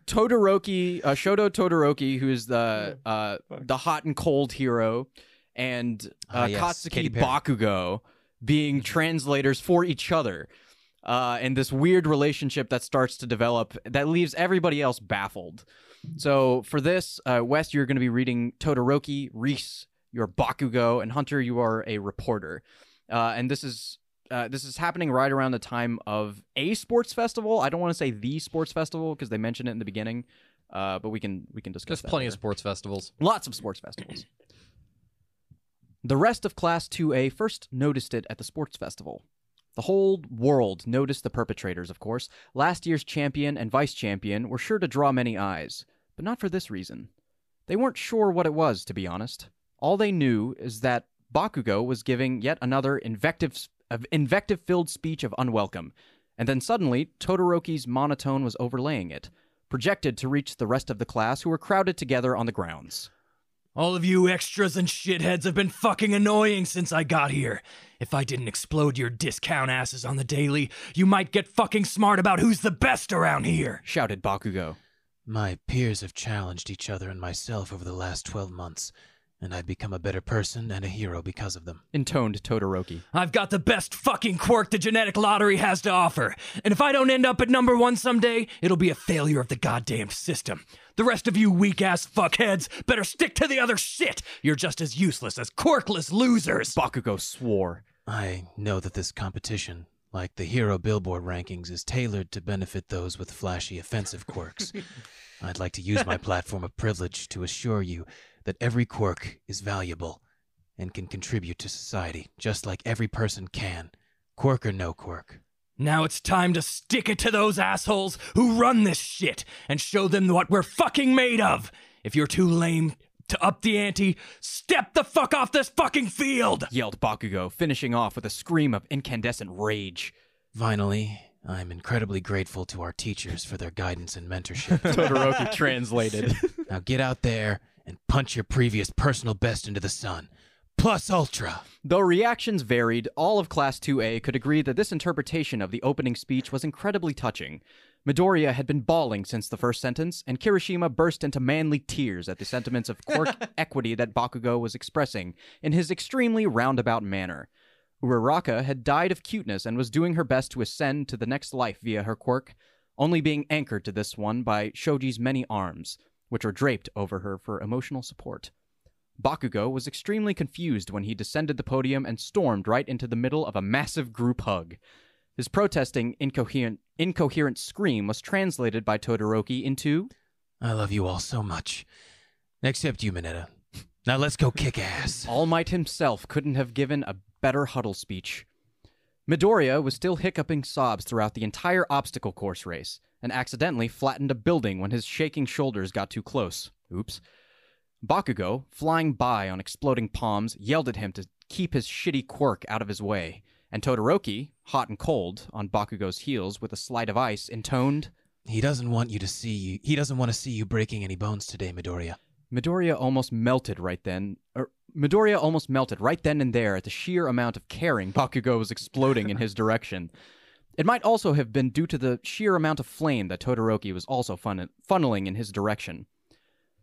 E: Todoroki, uh, Shoto Todoroki, who is the uh, the hot and cold hero, and uh,
B: Ah, yes, Katy
E: Katsuki
B: Perry. Mm-hmm.
E: Bakugo being translators for each other. Uh, and this weird relationship that starts to develop that leaves everybody else baffled. So for this, uh, Wes, you're going to be reading Todoroki, Reese, you're Bakugo, and Hunter, you are a reporter. Uh, and this is uh, this is happening right around the time of a sports festival. I don't want to say the sports festival because they mentioned it in the beginning, uh, but we can we can discuss.
D: There's
E: that
D: plenty of
E: later.
D: sports festivals.
E: lots of sports festivals. The rest of Class 2A first noticed it at the sports festival. The whole world noticed the perpetrators, of course. Last year's champion and vice champion were sure to draw many eyes, but not for this reason. They weren't sure what it was, to be honest. All they knew is that Bakugo was giving yet another invective invective filled speech of unwelcome, and then suddenly Todoroki's monotone was overlaying it, projected to reach the rest of the class who were crowded together on the grounds.
G: All of you extras and shitheads have been fucking annoying since I got here. If I didn't explode your discount asses on the daily, you might get fucking smart about who's the best around here.
E: shouted Bakugo.
F: My peers have challenged each other and myself over the last 12 months, and I've become a better person and a hero because of them.
E: Intoned Todoroki.
G: I've got the best fucking quirk the genetic lottery has to offer. And if I don't end up at number one someday, it'll be a failure of the goddamn system. The rest of you weak ass fuckheads better stick to the other shit. You're just as useless as quirkless losers.
E: Bakugo swore.
F: I know that this competition, like the hero billboard rankings, is tailored to benefit those with flashy, offensive quirks. I'd like to use my platform of privilege to assure you that every quirk is valuable and can contribute to society, just like every person can, quirk or no quirk.
G: Now it's time to stick it to those assholes who run this shit and show them what we're fucking made of. If you're too lame to up the ante, step the fuck off this fucking field.
E: Yelled Bakugo, finishing off with a scream of incandescent rage.
F: Finally, I'm incredibly grateful to our teachers for their guidance and mentorship.
E: Todoroki translated.
F: now get out there and punch your previous personal best into the sun. Plus Ultra!
E: Though reactions varied, all of Class 2A could agree that this interpretation of the opening speech was incredibly touching. Midoriya had been bawling since the first sentence, and Kirishima burst into manly tears at the sentiments of quirk equity that Bakugo was expressing in his extremely roundabout manner. Uraraka had died of cuteness and was doing her best to ascend to the next life via her quirk, only being anchored to this one by Shoji's many arms, which are draped over her for emotional support. Bakugo was extremely confused when he descended the podium and stormed right into the middle of a massive group hug. His protesting, incoherent, incoherent scream was translated by Todoroki into
F: I love you all so much. Except you, Mineta. Now let's go kick ass.
E: All Might himself couldn't have given a better huddle speech. Midoriya was still hiccuping sobs throughout the entire obstacle course race and accidentally flattened a building when his shaking shoulders got too close. Oops. Bakugo, flying by on exploding palms, yelled at him to keep his shitty quirk out of his way, and Todoroki, hot and cold, on Bakugo's heels with a slide of ice, intoned,
F: He doesn't want you to see you. He doesn't want to see you breaking any bones today, Midoriya.
E: Midoriya almost melted right then. Er, Midoriya almost melted right then and there at the sheer amount of caring Bakugo was exploding in his direction. It might also have been due to the sheer amount of flame that Todoroki was also fun- funneling in his direction.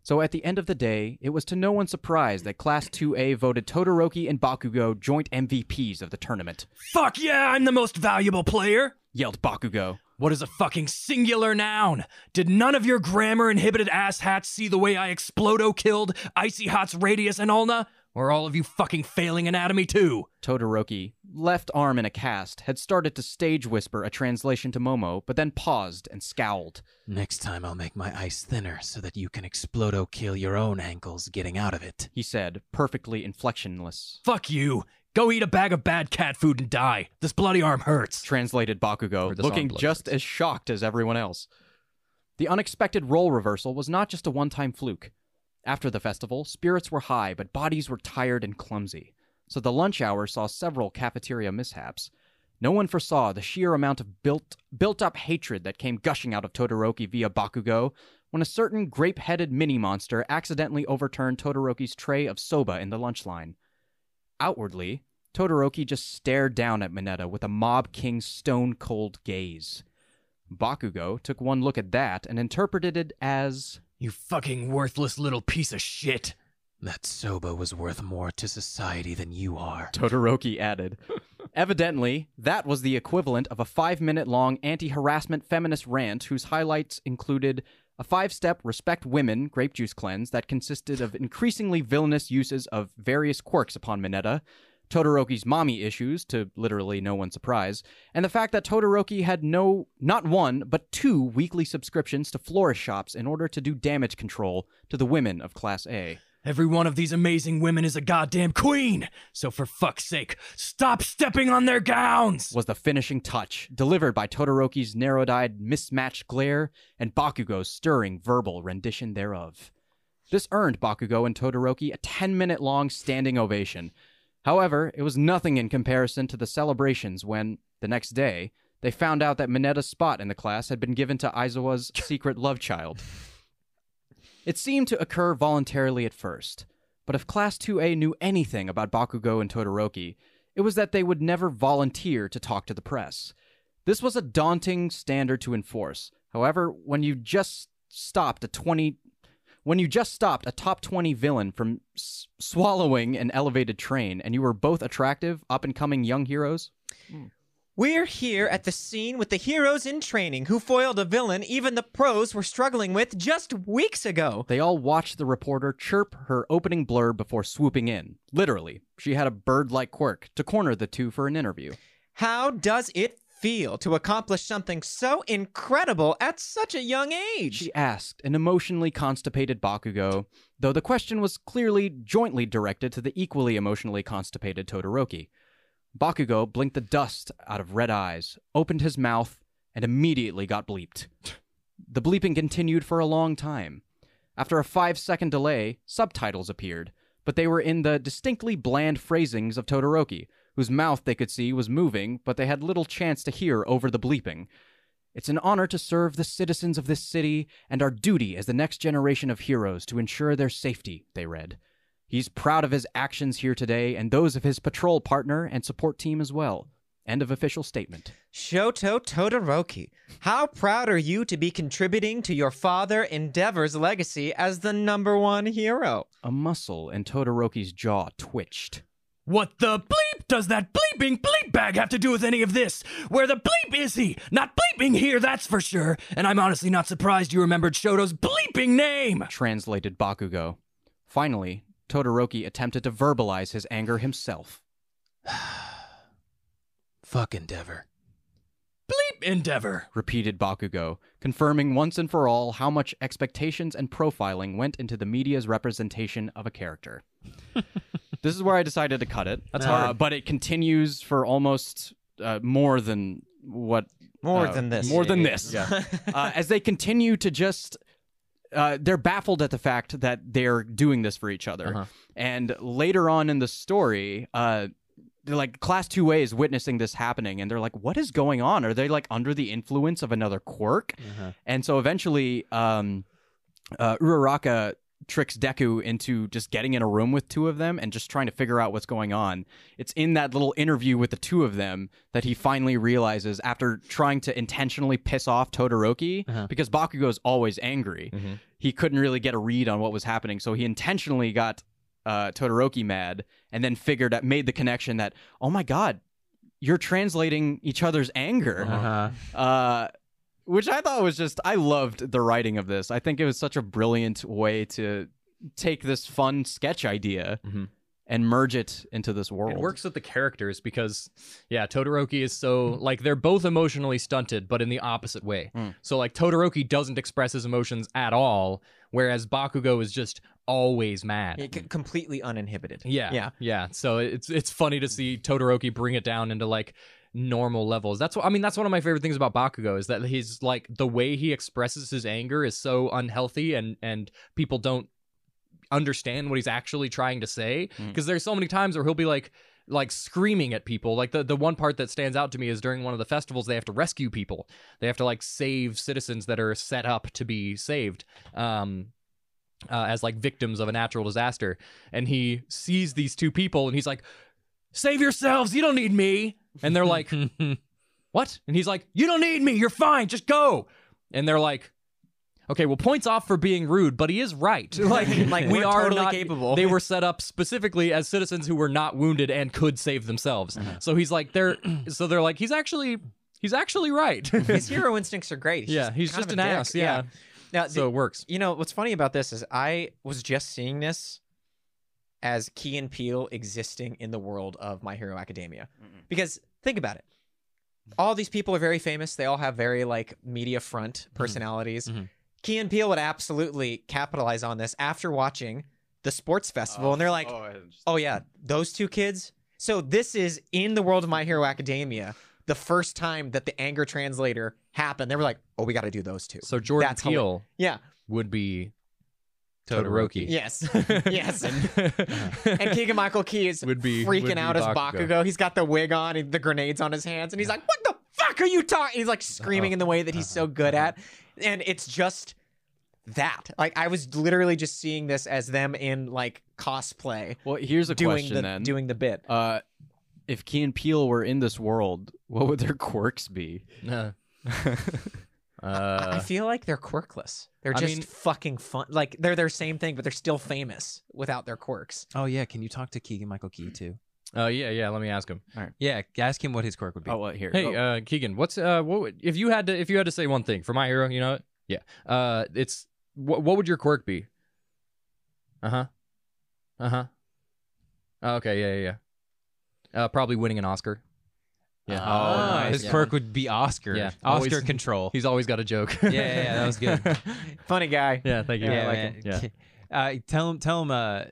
E: So at the end of the day, it was to no one's surprise that Class 2A voted Todoroki and Bakugo joint MVPs of the tournament,
G: Fuck yeah, I'm the most valuable player.
E: yelled Bakugo.
G: What is a fucking singular noun? Did none of your grammar inhibited asshats see the way I Explodo killed Icy Hot's Radius and Ulna? Or all of you fucking failing anatomy too?
E: Todoroki, left arm in a cast, had started to stage whisper a translation to Momo, but then paused and scowled.
F: Next time I'll make my ice thinner so that you can explodo kill your own ankles getting out of it.
E: he said, perfectly inflectionless.
G: Fuck you. Go eat a bag of bad cat food and die. This bloody arm hurts.
E: Translated
D: Or
E: Bakugo,
D: the song
E: looking
D: Blood
E: just
D: Works.
E: as shocked as everyone else. The unexpected role reversal was not just a one time fluke. After the festival, spirits were high, but bodies were tired and clumsy. So the lunch hour saw several cafeteria mishaps. No one foresaw the sheer amount of built built up hatred that came gushing out of Todoroki via Bakugo when a certain grape headed mini monster accidentally overturned Todoroki's tray of soba in the lunch line. Outwardly, Todoroki just stared down at Mineta with a Mob King stone cold gaze. Bakugo took one look at that and interpreted it as
G: You fucking worthless little piece of shit.
F: That soba was worth more to society than you are.
E: Todoroki added. Evidently, that was the equivalent of a five minute long anti harassment feminist rant whose highlights included a five step respect women grape juice cleanse that consisted of increasingly villainous uses of various quirks upon Mineta, Todoroki's mommy issues, to literally no one's surprise, and the fact that Todoroki had no, not one, but two weekly subscriptions to florist shops in order to do damage control to the women of Class A.
G: Every one of these amazing women is a goddamn queen. So for fuck's sake, stop stepping on their gowns.
E: was the finishing touch, delivered by Todoroki's narrowed-eyed, mismatched glare and Bakugo's stirring verbal rendition thereof. This earned Bakugo and Todoroki a 10-minute-long standing ovation. However, it was nothing in comparison to the celebrations when, the next day, they found out that Mineta's spot in the class had been given to Aizawa's secret love child. It seemed to occur voluntarily at first, but if Class 2A knew anything about Bakugo and Todoroki, it was that they would never volunteer to talk to the press. This was a daunting standard to enforce. However, when you just stopped a 20 when you just stopped a top 20 villain from s- swallowing an elevated train and you were both attractive up and coming young heroes,
C: We're here at the scene with the heroes in training who foiled a villain even the pros were struggling with just weeks ago.
E: they all watched the reporter chirp her opening blurb before swooping in. Literally, she had a bird-like quirk to corner the two for an interview.
C: How does it feel to accomplish something so incredible at such a young age?
E: She asked an emotionally constipated Bakugo, though the question was clearly jointly directed to the equally emotionally constipated Todoroki. Bakugo blinked the dust out of red eyes, opened his mouth, and immediately got bleeped. The bleeping continued for a long time. After a five second delay, subtitles appeared, but they were in the distinctly bland phrasings of Todoroki, whose mouth they could see was moving, but they had little chance to hear over the bleeping. It's an honor to serve the citizens of this city and our duty as the next generation of heroes to ensure their safety, they read. He's proud of his actions here today and those of his patrol partner and support team as well. End of official statement.
C: Shoto Todoroki, how proud are you to be contributing to your father Endeavor's legacy as the number one hero?
E: A muscle in Todoroki's jaw twitched.
G: What the bleep does that bleeping bleep bag have to do with any of this? Where the bleep is he? Not bleeping here, that's for sure. And I'm honestly not surprised you remembered Shoto's bleeping name.
E: Translated Bakugo. Finally, Todoroki attempted to verbalize his anger himself.
F: Fuck Endeavor.
G: Bleep endeavor.
E: repeated Bakugo, confirming once and for all how much expectations and profiling went into the media's representation of a character. this is where I decided to cut it. That's
C: hard.
E: But it continues for almost uh, more than what.
C: More
D: Oh,
E: uh,
C: than this.
E: More than this. uh, as they continue to just. Uh, they're baffled at the fact that they're doing this for each other.
D: Uh-huh.
E: And later on in the story, uh, they're like class 2A is witnessing this happening and they're like what is going on are they like under the influence of another quirk and so eventually um uh Uraraka tricks Deku into just getting in a room with two of them and just trying to figure out what's going on it's in that little interview with the two of them that he finally realizes after trying to intentionally piss off Todoroki because Bakugo's always angry he couldn't really get a read on what was happening so he intentionally got uh, Todoroki mad, and then figured out, made the connection that, oh my god, you're translating each other's anger,
F: Uh-huh.
E: uh which I thought was just, I loved the writing of this. I think it was such a brilliant way to take this fun sketch idea
D: Mhm.
E: and merge it into this world.
D: It works with the characters because, yeah, Todoroki is so like they're both emotionally stunted, but in the opposite way.
C: Hmm.
E: Mm.
D: So like Todoroki doesn't express his emotions at all, whereas Bakugo is just always mad.
C: Yeah, c- completely uninhibited.
D: yeah,
C: Yeah.
D: yeah. So it's it's funny to see Todoroki bring it down into like normal levels. That's what I mean. That's one of my favorite things about Bakugo is that he's like the way he expresses his anger is so unhealthy, and and people don't understand what he's actually trying to say
E: Mm.
D: because there's so many times where he'll be like like screaming at people like the, the one part that stands out to me is during one of the festivals they have to rescue people they have to like save citizens that are set up to be saved um uh, as like victims of a natural disaster and he sees these two people and he's like
G: Save yourselves, you don't need me.
D: and they're like what and he's like you don't need me you're fine just go and they're like okay well points off for being rude but he is right like,
C: Like,
D: we
C: we're
D: are
C: totally
D: not
C: capable.
D: they were set up specifically as citizens who were not wounded and could save themselves
C: Uh-huh.
D: so he's like they're so they're like he's actually he's actually right
C: His hero instincts are great. He's
D: yeah he's
C: kind
D: just
C: of
D: an
C: a dick.
D: ass yeah,
C: Now, the-
D: so it works
C: you know what's funny about this is I was just seeing this as Key and Peele existing in the world of My Hero Academia. Because think about it. All these people are very famous. They all have very like media front personalities.
F: Mhm.
C: Key and Peele would absolutely capitalize on this after watching the sports festival and they're like, "Oh yeah, those two kids." So this is in the world of My Hero Academia. The first time that the anger translator happened, they were like, "Oh, we got to do those two.
D: so jordan
C: That's how it-
D: peele
C: Yeah.
D: would be todoroki,
C: Yes. yes. And, and Keegan Michael Key is
D: Would be-
C: freaking
D: would be
C: out as
D: Bakugo.
C: Bakugo. He's got the wig on and the grenades on his hands, and he's like, "What the fuck are you talking?" He's like screaming in the way that he's so good at, and it's just that. Like I was literally just seeing this as them in like cosplay
E: well, here's a
C: doing
E: question
C: the
E: then.
C: doing the bit.
E: uh, if Key and Peele were in this world, what would their quirks be?
D: Uh,
C: I- I
D: uh,
C: feel like they're quirkless. They're
D: I
C: just
D: mean-
C: fucking fun. Like they're their same thing, but they're still famous without their quirks.
F: Oh yeah, can you talk to Keegan Michael Key too?
D: uh, yeah, yeah. Let me ask him.
F: Yeah, ask him what his quirk would be.
E: Oh, well, here.
D: Hey, uh, Keegan, what's uh, what would, if you had to if you had to say one thing for my hero? You know, it? yeah. Uh, it's what what would your quirk be? Uh huh. Uh huh. Oh, Okay. Yeah. Yeah. yeah. Uh, probably winning an Oscar. Yeah.
B: Ah,
F: Oh,
C: nice.
F: his
C: Yeah.
F: quirk would be Oscar.
D: Yeah.
F: Oscar
D: Always-
F: control.
D: He's always got a joke.
F: yeah, yeah, yeah, that was good.
C: Funny guy.
D: yeah. Thank you.
C: Yeah, I like
F: man.
D: him. Yeah.
F: Uh, tell him, tell him, uh,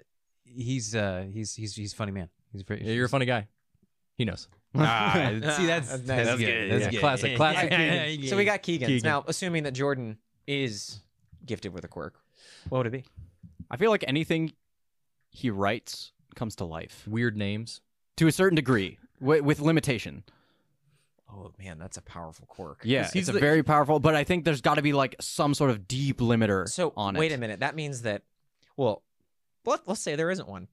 F: he's uh, he's he's he's a funny man. He's pretty.
D: Yeah, You're a funny guy. He knows.
F: Ah, see,
C: That's nice.
F: that's that's,
C: That's
F: good.
G: good.
F: That's
D: Yeah,
F: good.
D: classic, classic
C: So we got Keegan's.
D: Keegan.
C: Now, assuming that Jordan is gifted with a quirk, what would it be?
E: I feel like anything he writes comes to life
D: Weird names.
E: to a certain degree wi- with limitation.
C: Oh man, that's a powerful quirk.
E: Yeah,
D: he's
E: he's
D: the-
E: a very powerful, but I think there's got to be like some sort of deep limiter
C: So
E: on
C: wait
E: it.
C: a minute. That means that, well, let, let's say there isn't one.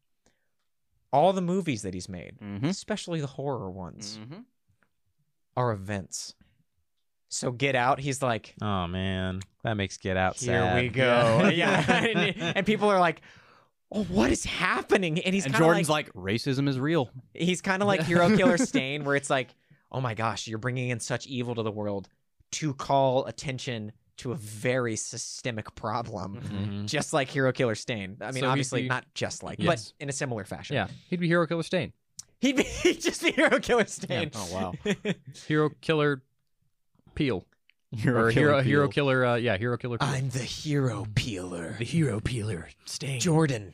C: All the movies that he's made,
E: Mhm.
C: especially the horror ones,
E: Mm.
C: are events. So Get Out, he's like,
F: Oh man, that makes Get Out
C: here
F: sad.
C: we go. Yeah, and, and people are like, oh, what is happening? And he's
E: and
C: kinda
E: Jordan's like, racism is real.
C: he's kind of like hero killer stain where it's like oh my gosh you're bringing in such evil to the world to call attention to a very systemic problem
F: Mm-hmm.
C: just like hero killer stain i mean
D: Mm-hmm. So we
C: obviously
D: see-
C: not just like
D: Yes.
C: but in a similar fashion
D: Yeah, he'd be Hero Killer Stain.
C: he'd, be, he'd just be hero killer stain
E: Oh wow.
D: Hero Killer Peel.
E: Hero
D: or
E: killer
D: Hero Hero
E: Peel.
D: Killer. Uh, yeah, Hero Killer. Peel.
C: i'm the hero peeler
G: The hero peeler, Stain.
C: jordan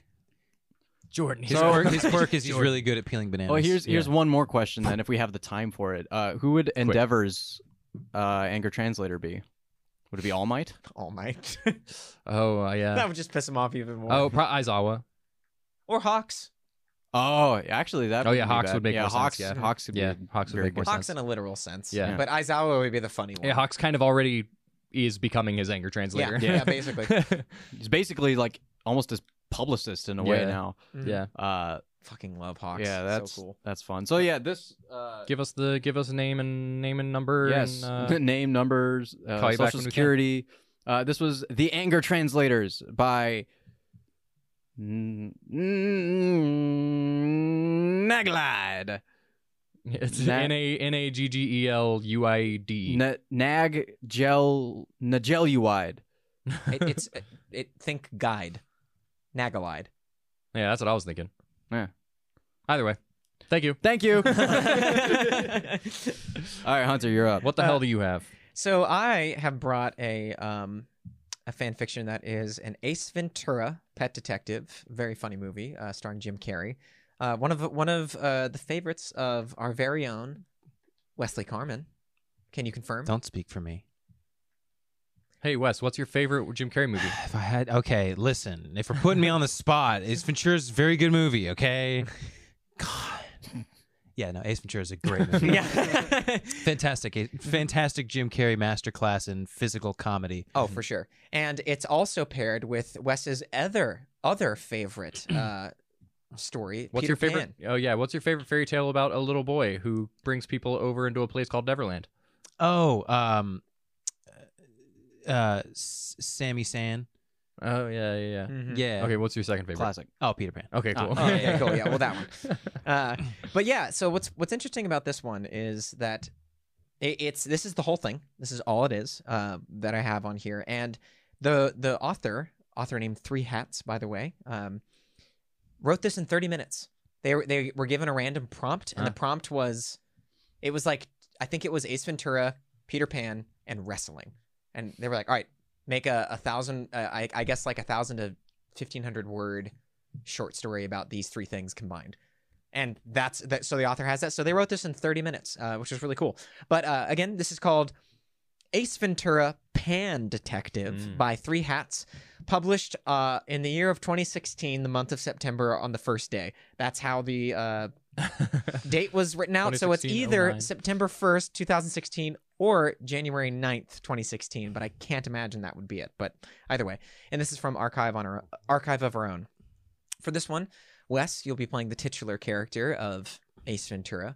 G: Jordan.
B: His,
G: hero-
B: quirk, his quirk is he's really good at peeling bananas.
E: Oh, here's here's one more question then, if we have the time for it. Uh, who would Endeavor's uh, anger translator be? Would it be All Might?
C: all might
D: oh uh, yeah.
C: that would just piss him off even more
D: Oh, pro- Aizawa.
C: or hawks
E: Oh, actually, that.
D: Oh, yeah,
E: wouldn't be
D: Hawks
E: bad.
D: would make
E: yeah,
D: more sense,
E: Hawks,
D: yeah.
E: Hawks would
D: Yeah,
E: be
D: Hawks would
E: very
D: make more
E: good.
D: sense.
C: hawks in a literal sense
D: Yeah.
C: but aizawa would be the funny one
D: Yeah, Hawk's kind of already is becoming his anger
C: yeah,
D: translator.
C: yeah, basically
E: He's basically like almost his publicist in a way
D: Yeah.
E: now.
D: yeah.
E: Uh,
C: fucking love hawks
E: yeah, that's
C: so cool
E: that's fun. So yeah, this uh,
D: Give us the give us a name and name and number.
E: yes,
D: And, uh,
E: name numbers, uh,
D: call you back
E: social
D: when we can.
E: security. Uh, this was the Anger Translators by N- N- Naglide.
D: it's
E: Nat-
D: N A N A G G E L U I D E.
E: Na- Nag Gel Nageluide.
C: it, it's it, it think guide nagalide
D: Yeah, that's what I was thinking.
E: Yeah.
D: Either way, thank you.
E: Thank you. All right, Hunter, you're up.
D: What the hell do you have?
C: so I have brought a um a fan fiction that is an Ace Ventura pet detective, very funny movie, uh, starring Jim Carrey. Uh, one of one of uh, the favorites of our very own Wesley Carmen. Can you confirm?
F: Don't speak for me.
D: Hey Wes, what's your favorite Jim Carrey movie?
F: If I had, okay, listen. If we're putting me on the spot, Ace Ventura's a very good movie. Okay, God, yeah, no, Ace Ventura's a great movie.
C: yeah.
F: fantastic, a- fantastic Jim Carrey masterclass in physical comedy.
C: oh, for sure. And it's also paired with Wes's other other favorite uh, story.
D: What's
C: Peter
D: your favorite?
C: Pan.
D: Oh yeah, what's your favorite fairy tale about a little boy who brings people over into a place called Neverland?
F: Oh, um, uh, S- Sammy San.
D: Oh yeah, yeah, yeah.
C: Mhm.
F: Yeah.
D: Okay, what's your second favorite?
E: Classic.
F: Oh, Peter Pan.
D: Okay,
E: Ah,
D: cool.
C: Oh, okay, cool. Yeah, well, that one. Uh, but yeah, so what's what's interesting about this one is that it, it's this is the whole thing. This is all it is uh, that I have on here, and the the author author named Three Hats, by the way, um, wrote this in thirty minutes. They were they were given a random prompt, and the prompt was, it was like I think it was Ace Ventura, Peter Pan, and wrestling, and they were like, all right, make a, a thousand, uh, I, I guess like a thousand to fifteen hundred word short story about these three things combined and that's that so the author has that so they wrote this in 30 minutes uh, which is really cool but uh, again this is called ace ventura pan detective
D: Mm.
C: by three hats published uh, in the year of 2016 the month of september on the first day that's how the uh, date was written out so it's
D: 2016,
C: either
D: 09.
C: september 1st 2016 or january 9th 2016 but i can't imagine that would be it but either way and this is from archive on our archive of our own for this one Wes, you'll be playing the titular character of Ace Ventura,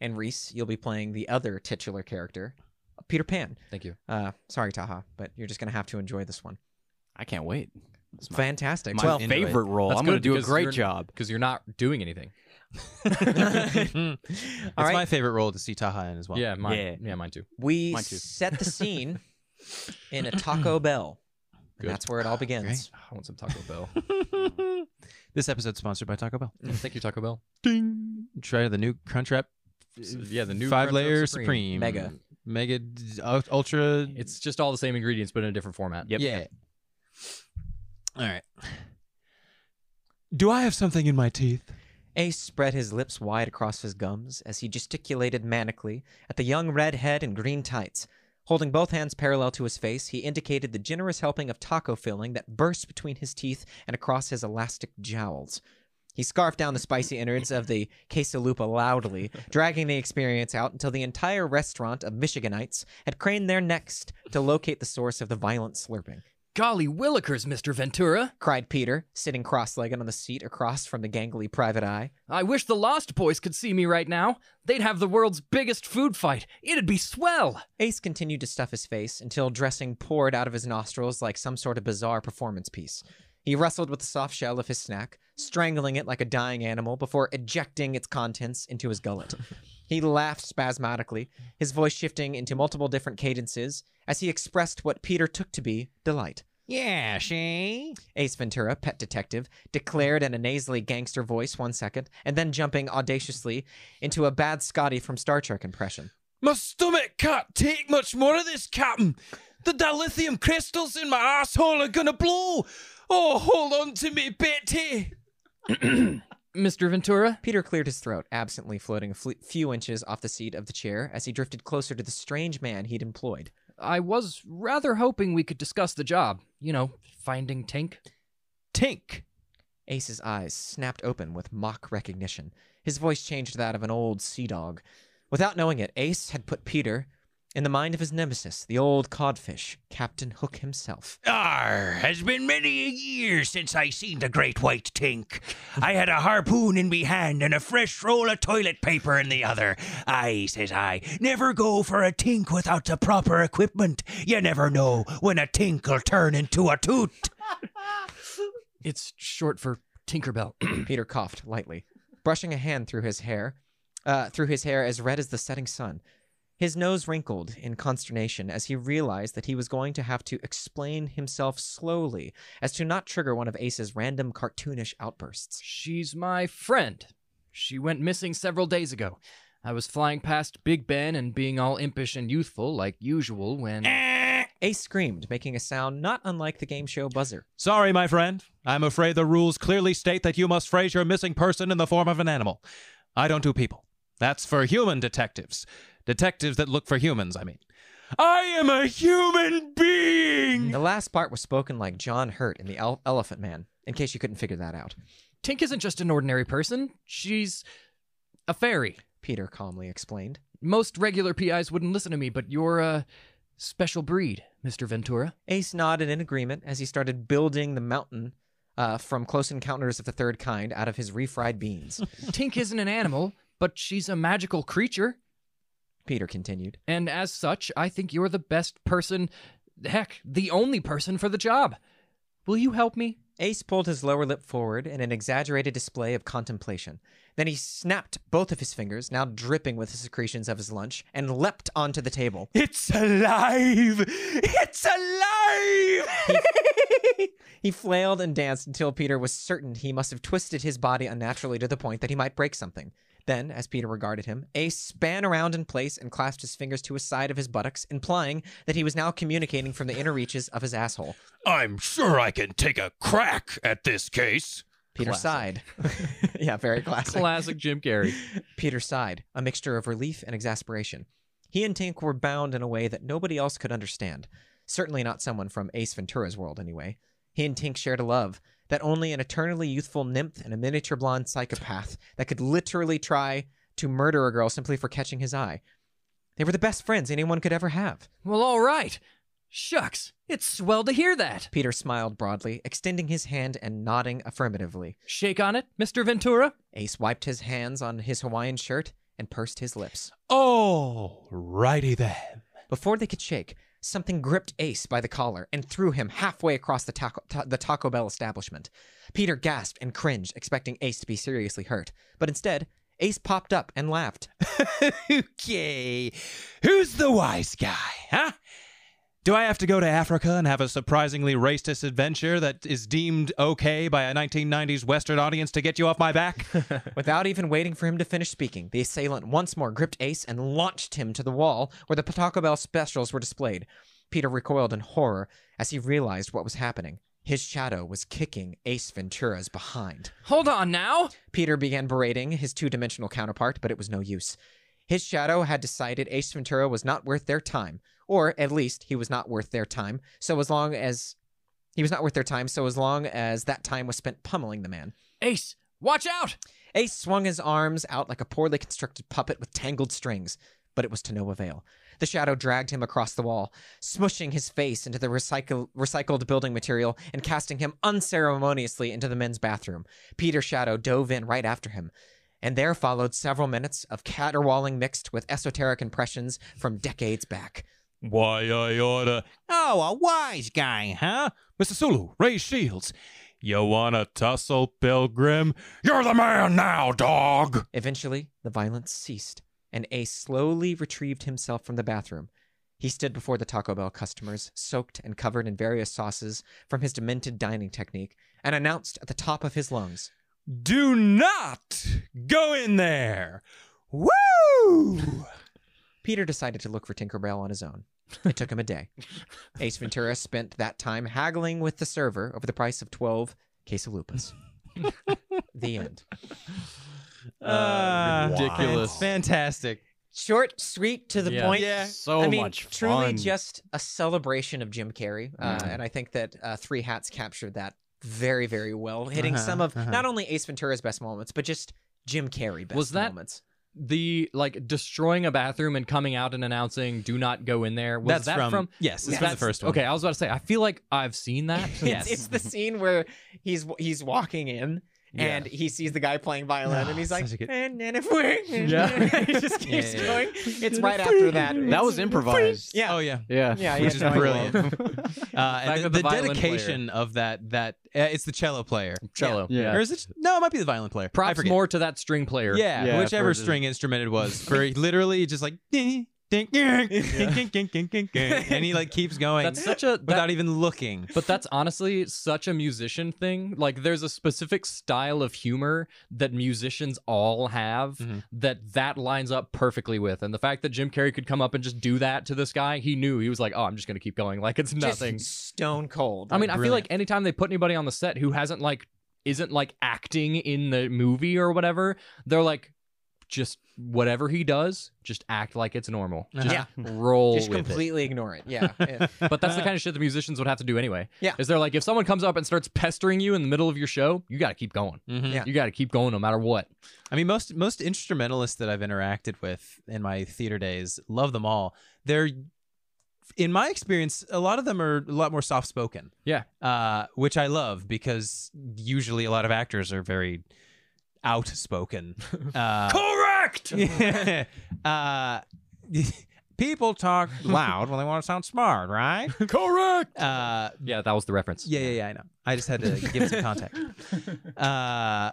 C: and Reese, you'll be playing the other titular character, Peter Pan.
D: Thank you.
C: Uh, sorry, Taha, but you're just gonna have to enjoy this one.
E: I can't wait. It's my,
C: Fantastic.
E: my
C: well,
E: favorite role.
D: That's
E: I'm going to
D: good
E: do a
D: because
E: great
D: you're-
E: job.
D: Because you're not doing anything.
F: it's
C: right.
F: my favorite role to see Taha in as well.
D: Yeah, mine. Yeah.
E: Yeah.
D: mine too.
C: we
E: Mine too.
C: set the scene in a Taco Bell. And
D: Good.
C: that's where it all begins.
D: Ah, I want some Taco Bell.
F: this episode's sponsored by Taco Bell.
D: Thank you, Taco Bell.
F: Ding. Try the new Crunchwrap.
D: yeah, the new
F: five
D: Crunchwrap
F: layer
D: Supreme.
F: supreme.
C: Mega.
F: mega d- u- ultra.
D: It's just all the same ingredients, but in a different format.
E: Yep.
F: Yeah. All right. Do I have something in my teeth?
C: Ace spread his lips wide across his gums as he gesticulated manically at the young redhead in green tights. Holding both hands parallel to his face, he indicated the generous helping of taco filling that burst between his teeth and across his elastic jowls. He scarfed down the spicy innards of the quesalupa loudly, dragging the experience out until the entire restaurant of Michiganites had craned their necks to locate the source of the violent slurping
G: Golly willikers, Mr. Ventura.
C: cried Peter, sitting cross legged on the seat across from the gangly private eye.
G: I wish the Lost Boys could see me right now. They'd have the world's biggest food fight. It'd be swell.
C: Ace continued to stuff his face until dressing poured out of his nostrils like some sort of bizarre performance piece. He wrestled with the soft shell of his snack, strangling it like a dying animal before ejecting its contents into his gullet. he laughed spasmodically, his voice shifting into multiple different cadences as he expressed what Peter took to be delight.
B: Yeah, she.
C: Ace Ventura, pet detective, declared in a nasally gangster voice one second, and then jumping audaciously into a bad Scotty from Star Trek impression.
B: My stomach can't take much more of this, Captain. The dilithium crystals in my asshole are gonna blow. Oh, hold on to me, Betty.
D: Mr. Ventura?
C: Peter cleared his throat, absently floating a fle- few inches off the seat of the chair as he drifted closer to the strange man he'd employed.
D: I was rather hoping we could discuss the job. You know, finding Tink.
B: Tink.
C: Ace's eyes snapped open with mock recognition. His voice changed to that of an old sea dog. Without knowing it, Ace had put Peter in the mind of his nemesis, the old codfish, Captain Hook himself.
G: Arr, has been many a year since I seen the great white tink. I had a harpoon in me hand and a fresh roll of toilet paper in the other. Aye, says I, never go for a tink without the proper equipment. You never know when a tink'll turn into a toot.
D: It's short for Tinkerbell.
C: Peter coughed lightly, brushing a hand through his hair, uh, through his hair as red as the setting sun. His nose wrinkled in consternation as he realized that he was going to have to explain himself slowly as to not trigger one of Ace's random cartoonish outbursts.
D: She's my friend. She went missing several days ago. I was flying past Big Ben and being all impish and youthful like usual when.
C: Ace screamed, making a sound not unlike the game show buzzer.
B: Sorry, my friend. I'm afraid the rules clearly state that you must phrase your missing person in the form of an animal. I don't do people. That's for human detectives. Detectives that look for humans, I mean. I am a human being!
C: The last part was spoken like John Hurt in The El- Elephant Man, in case you couldn't figure that out.
D: Tink isn't just an ordinary person, she's a fairy.
C: Peter calmly explained.
D: Most regular PIs wouldn't listen to me, but you're a special breed, Mr. Ventura.
C: Ace nodded in agreement as he started building the mountain uh, from Close Encounters of the Third Kind out of his refried beans.
D: Tink isn't an animal, but she's a magical creature,
C: Peter continued.
D: and as such, I think you're the best person, heck, the only person for the job. Will you help me?
C: Ace pulled his lower lip forward in an exaggerated display of contemplation. Then he snapped both of his fingers, now dripping with the secretions of his lunch, and leapt onto the table.
B: It's alive! It's alive!
C: He flailed and danced until Peter was certain he must have twisted his body unnaturally to the point that he might break something. Then, as Peter regarded him, Ace span around in place and clasped his fingers to his side of his buttocks, implying that he was now communicating from the inner reaches of his asshole.
G: I'm sure I can take a crack at this case.
C: Peter sighed. yeah, very classic.
D: Classic Jim Carrey.
C: Peter sighed, a mixture of relief and exasperation. He and Tink were bound in a way that nobody else could understand. Certainly not someone from Ace Ventura's world, anyway. He and Tink shared a love that only an eternally youthful nymph and a miniature blonde psychopath that could literally try to murder a girl simply for catching his eye. They were the best friends anyone could ever have.
D: Well, all right. Shucks, it's swell to hear that.
C: Peter smiled broadly, extending his hand and nodding affirmatively.
D: Shake on it, Mr. Ventura.
C: Ace wiped his hands on his Hawaiian shirt and pursed his lips.
B: All righty then.
C: Before they could shake, something gripped Ace by the collar and threw him halfway across the taco, ta- the Taco Bell establishment. Peter gasped and cringed, expecting Ace to be seriously hurt. But instead, Ace popped up and laughed.
B: okay. Who's the wise guy, huh? Do I have to go to Africa and have a surprisingly racist adventure that is deemed okay by a 1990s Western audience to get you off my back?
C: Without even waiting for him to finish speaking, the assailant once more gripped Ace and launched him to the wall where the Taco Bell specials were displayed. Peter recoiled in horror as he realized what was happening. His shadow was kicking Ace Ventura's behind.
D: Hold on now.
C: Peter began berating his two dimensional counterpart, but it was no use. His shadow had decided Ace Ventura was not worth their time, or at least he was not worth their time, so as long as. He was not worth their time, so as long as that time was spent pummeling the man.
D: Ace, watch out.
C: Ace swung his arms out like a poorly constructed puppet with tangled strings, but it was to no avail. The shadow dragged him across the wall, smushing his face into the recycle- recycled building material and casting him unceremoniously into the men's bathroom. Peter's shadow dove in right after him. And there followed several minutes of caterwauling mixed with esoteric impressions from decades back.
B: Why, I oughta. Oh, a wise guy, huh? Mr. Sulu, raise shields.
F: You wanna tussle, Pilgrim? You're the man now, dog!
C: Eventually, the violence ceased, and Ace slowly retrieved himself from the bathroom. He stood before the Taco Bell customers, soaked and covered in various sauces from his demented dining technique, and announced at the top of his lungs
F: Do not go in there! Woo!
C: Peter decided to look for Tinkerbell on his own. It took him a day. Ace Ventura spent that time haggling with the server over the price of 12 quesalupas. the end.
B: Uh,
D: ridiculous.
B: fan- Fantastic.
C: Short, sweet, to the
D: Yeah.
C: point.
E: So
C: I mean,
E: much
C: truly
E: fun.
C: just a celebration of Jim Carrey, uh, and I think that uh, Three Hats captured that very, very well, hitting
F: Uh-huh,
C: some of
F: uh-huh.
C: not only Ace Ventura's best moments, but just Jim Carrey best
D: Was that-
C: moments.
D: The like destroying a bathroom and coming out and announcing "Do not go in there."
B: that's
D: Was that
B: from,
D: from?
B: yes, this is
D: that's-
B: the first one.
D: Okay, I was about to say. I feel like I've seen that.
B: Yes.
C: It's, it's the scene where he's he's walking in. And he sees the guy playing violin, and he's like, "Eh,
B: Such a good-
C: and then if we're,
D: Yeah.
C: he just keeps
B: yeah, yeah.
C: going. It's right after that.
E: That was improvised.
C: yeah,
B: Oh yeah.
E: Yeah.
C: yeah,
B: Which
C: yeah,
B: is
C: no, I know.
B: brilliant. uh,
D: fact
B: and the,
D: that the
B: the
D: violin
B: dedication of that that uh, it's the cello player.
D: Cello.
E: Yeah.
B: Or is it no, it might be the violin player. I
D: Props
B: forget.
D: more to that string player.
B: Yeah,
E: Yeah,
B: whichever
E: for the-
B: string instrument it was. For literally just like ding, ding, ding, ding, ding, ding, ding, ding. and he like keeps going
D: That's such a that,
B: without even looking.
D: But that's honestly such a musician thing. Like there's a specific style of humor that musicians all have
B: Mhm.
D: that that lines up perfectly with. And the fact that Jim Carrey could come up and just do that to this guy, he knew he was like, "Oh, I'm just going to keep going like it's
C: Just
D: nothing."
C: stone cold.
D: I mean, I feel like anytime they put anybody on the set who hasn't like isn't like acting in the movie or whatever, they're like just whatever he does, just act like it's normal. Just
C: yeah,
D: roll
C: just
D: with it.
C: completely ignore it. Yeah, yeah.
D: But that's the kind of shit the musicians would have to do anyway.
C: Yeah.
D: Is they're like, if someone comes up and starts pestering you in the middle of your show, you got to keep going.
B: Mhm.
C: Mm-hmm. Yeah. Mm-hmm.
D: You got to keep going no matter what.
B: I mean, most most instrumentalists that I've interacted with in my theater days love them all. They're, in my experience, a lot of them are a lot more soft spoken.
D: Yeah.
B: uh, which I love because usually a lot of actors are very outspoken. Uh,
G: Correct!
B: uh, people talk loud when they want to sound smart, right?
G: Correct!
B: Uh,
D: Yeah, that was the reference.
B: yeah, yeah, yeah. I know. I just had to give it some context. Uh,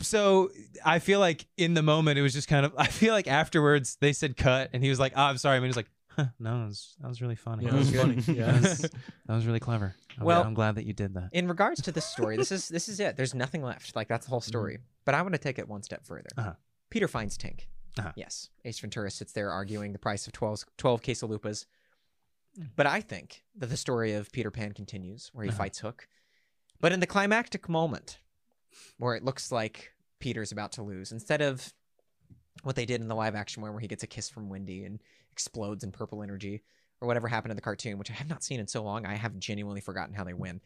B: so I feel like in the moment it was just kind of. I feel like afterwards they said cut, and he was like, oh, "I'm sorry." I mean, he's like, huh, "No, that was, that was really funny.
D: Yeah,
B: that, was
D: that was
B: good. that, was, that was really clever. I'm,
C: Well-
B: I'm glad that you did that."
C: in regards to this story, this is this is it. There's nothing left. Like that's the whole story. But I want to take it one step further.
B: Mm-hmm. Uh-huh.
C: Peter finds Tink.
B: Uh-huh.
C: Yes, Ace Ventura sits there arguing the price of 12, 12 quesalupas. But I think that the story of Peter Pan continues, where he
B: Mm-hmm. Uh-huh.
C: fights Hook. But in the climactic moment, where it looks like Peter's about to lose, instead of what they did in the live action one, where he gets a kiss from Wendy and explodes in purple energy, or whatever happened in the cartoon, which I have not seen in so long, I have genuinely forgotten how they win.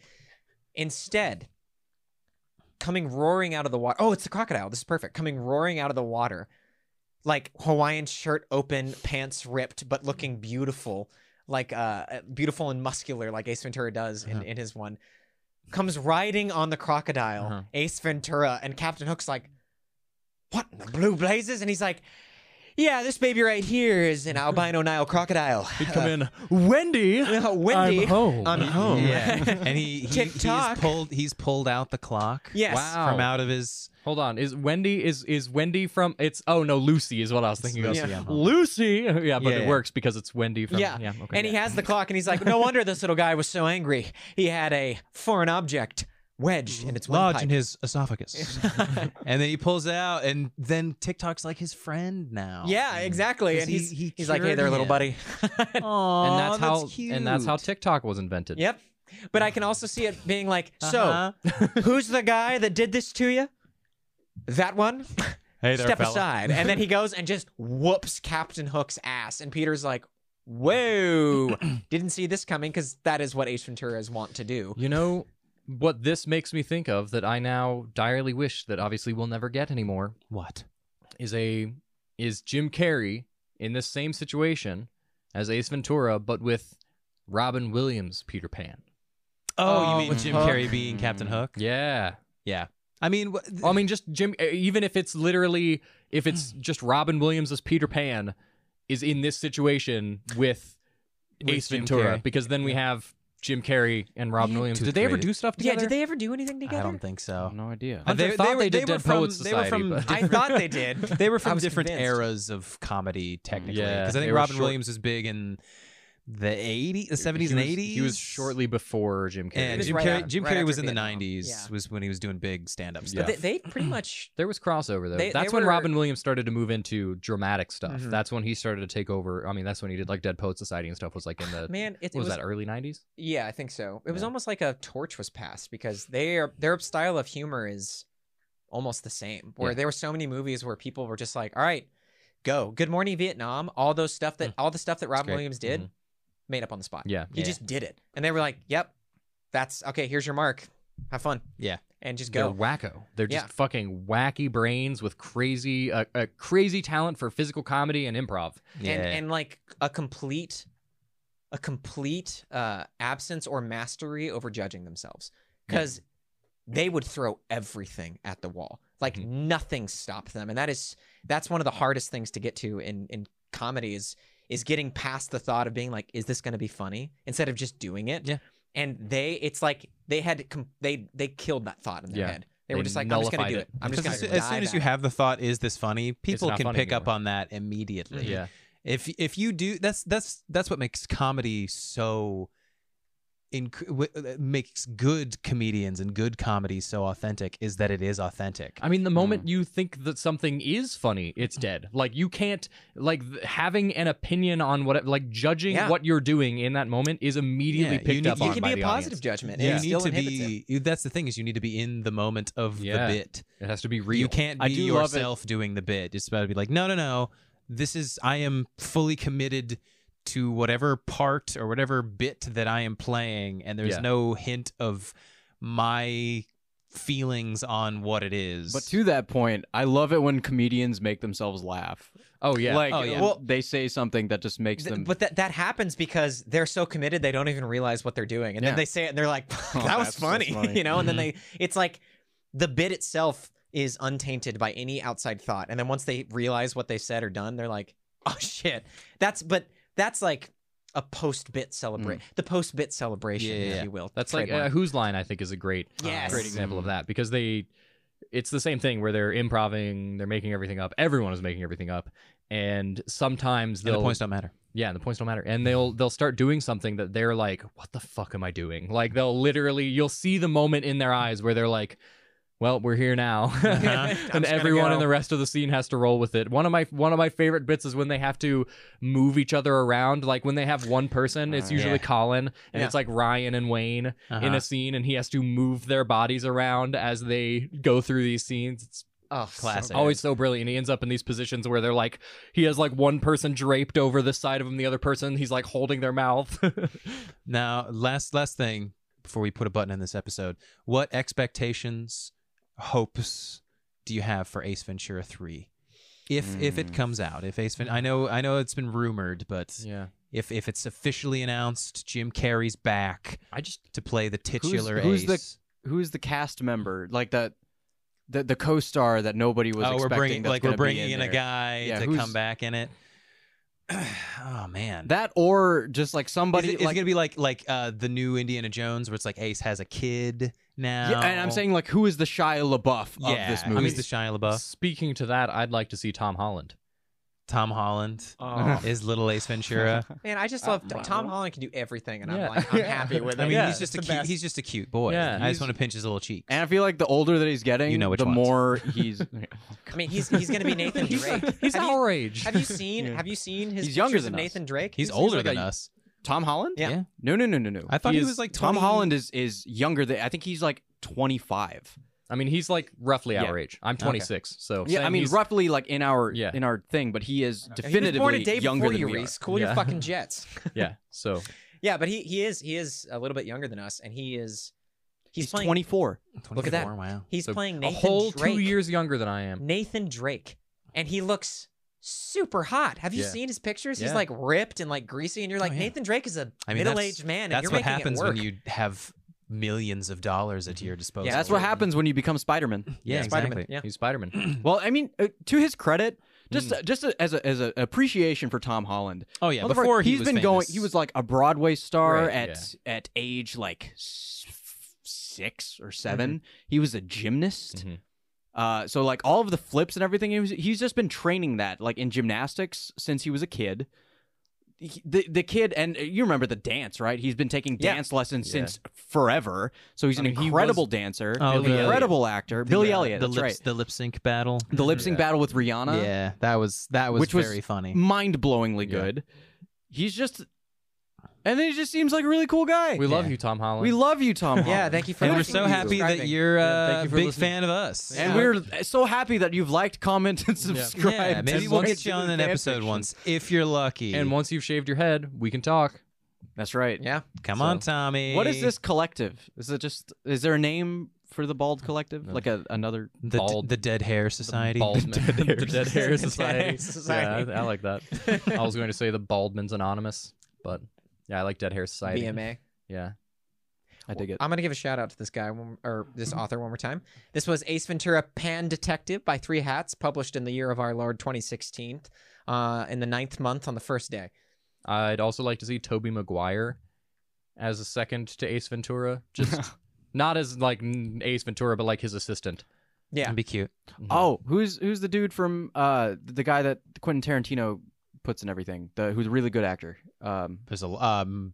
C: Instead, coming roaring out of the water. Oh, it's the crocodile. This is perfect. Coming roaring out of the water, like Hawaiian shirt open, pants ripped, but looking beautiful, like uh, beautiful and muscular, like Ace Ventura does
D: Uh-huh.
C: in, in his one. Comes riding on the crocodile,
D: Uh-huh.
C: Ace Ventura, and Captain Hook's like, "What in the blue blazes?" And he's like, "Yeah, this baby right here is an albino Nile crocodile."
G: He'd come in, Wendy,
C: Wendy,
G: I'm home.
C: I'm home.
B: Yeah, and he, he
C: TikTok. Oh.
B: he's pulled he's pulled out the clock.
C: Yes.
D: Wow.
B: from out of his.
D: Hold on. Is Wendy is is Wendy from it's oh no, Lucy is what I was thinking of.
B: Lucy, yeah.
D: Lucy. Yeah, but
B: Yeah,
D: it
B: yeah.
D: works because it's Wendy from
C: Yeah.
D: okay.
C: And he has the clock, and he's like, "No wonder this little guy was so angry. He had a foreign object wedged in its
B: lodge in
C: windpipe."
B: his esophagus. and then he pulls it out, and then TikTok's like his friend now.
C: Yeah, exactly.
B: 'Cause
C: And
B: Mm-hmm. he-
C: he's
B: he
C: he's like, "Hey
B: cured
C: there, little
B: him."
C: buddy."
B: Aw, oh,
D: and that's, how
B: cute.
D: and that's how TikTok was invented.
C: yep. But I can also see it being like,
B: Uh-huh.
C: "So, who's the guy that did this to you? That one."
B: hey
C: Step aside, and then he goes and just whoops Captain Hook's ass, and Peter's like, "Whoa, didn't see this coming," because that is what Ace Ventura's want to do.
D: You know what this makes me think of that I now direly wish that obviously we'll never get anymore
B: What?
D: is a is Jim Carrey in this same situation as Ace Ventura, but with Robin Williams Peter Pan.
B: Oh,
C: Oh,
B: you mean
C: with
B: Jim
C: Hook.
B: Carrey being Captain Hook?
D: Yeah,
B: I mean, wh-
D: I mean, just Jim. e, Even if it's literally, if it's
B: Mm.
D: just Robin Williams as Peter Pan, is in this situation with,
B: With
D: Ace
B: Jim
D: Ventura,
B: Carrey.
D: because then we have Jim Carrey and Robin Williams.
B: Did they ever do stuff
H: Yeah,
B: together?
H: did they ever do anything together?
B: I don't think
E: I
B: so.
E: have no idea.
B: Uh,
D: Mm. Hunter thought they did Dead
B: from,
D: Poets Society,
B: They were from,
D: but-
C: I thought they did.
B: they were
C: I
B: from
C: was
B: different
C: convinced.
B: eras of comedy, technically.
D: Yeah,
B: Because I
D: they
B: think
D: were
B: Robin
D: short-
B: Williams was big in the 80s, the 70s
D: he
B: and
D: was,
B: 80s.
D: He was shortly before Jim Carrey.
B: Yeah,
C: He was
B: Jim
C: right
B: Carrey,
C: out-
B: Jim
C: right
B: Carrey
C: after
B: was in the
C: Vietnam.
B: 90s,
C: Yeah.
B: was when he was doing big stand up
C: But
B: stuff.
C: they, they pretty much
D: There was crossover though.
C: They-
D: that's
C: they
D: when
C: were-
D: Robin Williams started to move into dramatic stuff.
C: Mhm.
D: That's when he started to take over. I mean, that's when he did like Dead Poet Society and stuff. Was like in the
C: man. It, it
D: what was, that early '90s?
C: Yeah, I think so. It was almost like a torch was passed because their their style of humor is almost the same. Where
D: Yeah.
C: there were so many movies where people were just like, "All right, go. Good morning Vietnam." All those stuff that all the stuff that Robin
D: great.
C: Williams did
D: Mhm.
C: made up on the spot.
D: Mm. Yeah.
C: he just did it, and they were like, "Yep, that's okay. Here's your mark. Have fun."
B: Yeah.
C: and just
D: They're
C: go.
D: wacko. They're just
C: Yeah.
D: fucking wacky brains with crazy, uh, uh, crazy talent for physical comedy and improv.
C: and and like a complete a complete uh absence or mastery over judging themselves because they would throw everything at the wall like
D: Mhm.
C: nothing stopped them and that is that's one of the hardest things to get to in in comedy is is getting past the thought of being like is this going to be funny instead of just doing it
B: Yeah.
C: and they it's like they had com- they they killed that thought in their
D: Yeah.
C: head they,
D: They
C: were just like i'm just going
D: nullified
C: to do
D: it.
C: it i'm just
B: Because
C: going
B: as,
C: to
B: as soon as you have the thought, is this funny? People
D: not
B: can
D: funny
B: pick up
D: anymore.
B: on that
C: Mm-hmm.
B: immediately.
D: Yeah,
B: if if you do that's that's that's what makes comedy so inc- w- uh, makes good comedians and good comedy so authentic is that it is authentic
D: I mean, the moment you think that something is funny, it's dead. Like you can't like th- having an opinion on what like judging
C: Yeah.
D: what you're doing in that moment is immediately
B: Yeah, you
D: picked
B: need-
D: up
B: you
D: on
C: it can
D: by
C: be a
D: the
C: positive
D: audience.
C: judgment
B: you
C: and it
B: need
C: still
B: to
C: inhibits it.
B: be that's the thing is you need to be in the moment of
D: Yeah.
B: the bit
D: It has to be real.
B: you can't
D: I
B: be
D: do love it.
B: yourself doing the bit it's about to be like no no no this is i am fully committed to whatever part or whatever bit that i am playing and there's
D: Yeah.
B: no hint of my feelings on what it is
E: But to that point, I love it when comedians make themselves laugh.
D: Oh yeah.
E: Like,
B: Oh, yeah.
E: well, they say something that just makes
C: Th-
E: them.
C: but that that happens because they're so committed they don't even realize what they're doing, and
E: Yeah.
C: then they say it and they're like, "That was
E: that's- that's
C: funny,",
E: funny.
C: you know. And then they, it's like the bit itself is untainted by any outside thought, and then once they realize what they said or done, they're like, "Oh shit, that's." But that's like a post bit celebrate the post bit celebration,
B: Yeah, yeah,
C: if
B: yeah.
C: you will.
D: That's like
C: Trademark.
D: uh, Whose Line, I think, is a great,
C: Yes.
D: great example of that because they, it's the same thing where they're improving, they're making everything up. Everyone is making everything up, and sometimes
B: And
D: they'll,
B: the points don't matter
D: yeah, the points don't matter, and they'll they'll start doing something that they're like, what the fuck am I doing? Like they'll literally, you'll see the moment in their eyes where they're like. Well, we're here now, and
C: gonna
D: everyone in
C: go.
D: the rest of the scene has to roll with it. One of my one of my favorite bits is when they have to move each other around. Like when they have one person, it's
E: Uh,
D: usually
B: yeah.
D: Colin, and
C: Yeah.
D: it's like Ryan and Wayne, in
B: Uh-huh.
D: a scene and he has to move their bodies around as they go through these scenes. It's
C: oh,
B: classic.
D: always so brilliant. He ends up in these positions where they're like, he has like one person draped over the side of him, the other person, he's like holding their mouth.
B: Now, last last thing before we put a button in this episode, what expectations, hopes do you have for Ace Ventura 3? If if it
E: Mm.
B: comes out, if Ace Ventura, I know I know it's been rumored, but
D: yeah.
B: if if it's officially announced, Jim Carrey's back
D: I just,
B: to play the titular
E: who's
B: Ace.
E: the- Who's the cast member? Like that, the the co-star that nobody was.
B: oh, we're
E: expecting
B: bringing
E: that's
B: like we're
E: gonna be
B: bringing in, a
E: there.
B: guy
E: Yeah,
B: to
E: who's-
B: come back in it. oh man.
E: That or just like
B: Is
E: somebody
B: it, is it
E: like.
B: gonna be like like uh, the new Indiana Jones, where it's like Ace has a kid now?
E: yeah, and I'm saying like who is the Shia LaBeouf
B: yeah,
E: of this
B: I
E: movie?
B: mean, it's the Shia LaBeouf.
D: speaking to that, I'd like to see Tom Holland.
B: Tom Holland is little Ace Ventura.
C: Man, I just love Tom Holland can do everything, and
D: Yeah.
C: I'm like, I'm happy with it.
B: I mean,
D: Yeah,
B: he's just a
C: it's
B: cute,
C: the best.
B: he's just a cute boy.
D: Yeah,
B: I
D: he's-
B: just want to pinch his little cheeks.
E: and I feel like the older that he's getting,
B: You know which
E: the
B: ones.
E: more he's
C: I mean, he's he's gonna be Nathan
D: He's,
C: Drake.
D: he's
C: Have you-
D: our age.
C: Have you seen?
E: Yeah.
C: Have you seen his?
E: He's younger
C: pictures
E: than
C: of
E: us.
C: Nathan Drake.
B: he's
C: He seems
B: older
C: like
B: than
C: a-
B: us.
E: Tom Holland.
C: Yeah.
B: Yeah.
E: No, no, no, no, no.
B: I thought
D: He
B: he,
D: is-
B: was like 20,
E: Tom Holland is is younger than I think he's like 25.
D: I mean, he's like roughly
E: Yeah.
D: our age. I'm 26, so
E: Yeah, I
D: saying
E: mean
D: he's-
E: roughly like in our
D: Yeah.
E: in our thing, but he is
C: He was
E: definitively
C: born a day
E: younger
C: before
E: than
C: you,
E: we are.
C: Reese. Cool your
D: Yeah.
C: fucking jets.
D: yeah. So
C: Yeah, but he he is he is a little bit younger than us, and he is he's,
E: He's
C: playing.
E: 24.
C: Look at that.
B: 24, Wow.
C: He's
D: So
C: playing
D: a
C: Nathan
D: whole
C: Drake.
D: two years younger than I am.
C: Nathan Drake, and he looks super hot. Have you
D: Yeah.
C: seen his pictures?
D: Yeah.
C: He's like ripped and like greasy, and you're like
B: yeah.
C: Nathan Drake is a
B: I mean, that's-
C: middle-aged man. And
B: That's
C: you're
B: what
C: making it
B: happens
C: work.
B: when you have millions of dollars at your disposal.
E: Yeah, that's what happens when you become Spider-Man.
B: Yeah,
C: Spider-Man.
B: exactly.
C: Yeah.
D: He's Spider Man.
E: Well, I mean, uh, to his credit, Just just a, as a as an appreciation for Tom Holland.
B: Oh, yeah,
E: Motherfucker,
B: before he
E: he's
B: was
E: been going,
B: famous.
E: he was like a Broadway star
D: Right,
E: at at age like s- six
B: Mm-hmm.
E: or 7 He was a gymnast.
D: Mhm.
E: Uh, so like all of the flips and everything, he was, he's just been training that like in gymnastics since he was a kid. He- the the kid and you remember the dance right? He's been taking
A: Yeah.
E: dance lessons
D: Yeah.
E: since forever, so he's an
B: I mean, he
E: incredible dancer,
B: Oh,
E: an
B: Billy
E: incredible actor. Billy
B: uh,
E: Elliot,
B: the
E: that's
B: lip,
E: right.
B: the lip sync battle. Mm-hmm.
E: The lip sync
D: Yeah.
E: battle with Rihanna,
B: yeah, that was that was
E: Which was-
B: very funny.
E: mind blowingly
D: Yeah.
E: good. He's just, and then he just seems like a really cool guy.
D: We love you, Tom Holland.
E: we love you, Tom.
C: Yeah,
E: Holland.
C: thank you for.
B: And we're
C: listening to
B: so
C: me
B: happy that
C: describing.
B: you're uh, a
D: Yeah, thank you for
B: big
D: listening.
B: fan of us.
E: and we're so happy that you've liked, commented, subscribed.
B: yeah, maybe
E: and
B: we'll
E: wanted
B: get
E: to
B: you
E: do
B: on an
E: fan
B: episode
E: fiction.
B: once if you're lucky.
D: and once you've shaved your head, we can talk.
E: That's right.
C: Yeah.
B: come on, Tommy.
E: What is this collective? Is it just? Is there a name for the bald collective? Like a, another?
B: The,
D: Bald-
B: the Dead Hair Society.
D: Bald
B: The Dead
D: men.
B: Hair
D: the Dead Hair Society.
C: Society.
D: Yeah, I, I like that. I was going to say the Baldman's Anonymous, but yeah, I like Dead Hair Society.
C: BMA.
D: Yeah.
E: I dig it.
C: I'm gonna give a shout out to this guy one, or this author one more time. This was Ace Ventura: Pan Detective by Three Hats, published in the year of our Lord 2016, uh, in the ninth month on the first day.
D: I'd also like to see Toby Maguire as a second to Ace Ventura. Just not as like n- Ace Ventura, but like his assistant.
C: Yeah,
B: That'd be cute.
E: Oh, who's who's the dude from uh the guy that Quentin Tarantino puts in everything? The who's a really good actor. Um,
B: There's a um,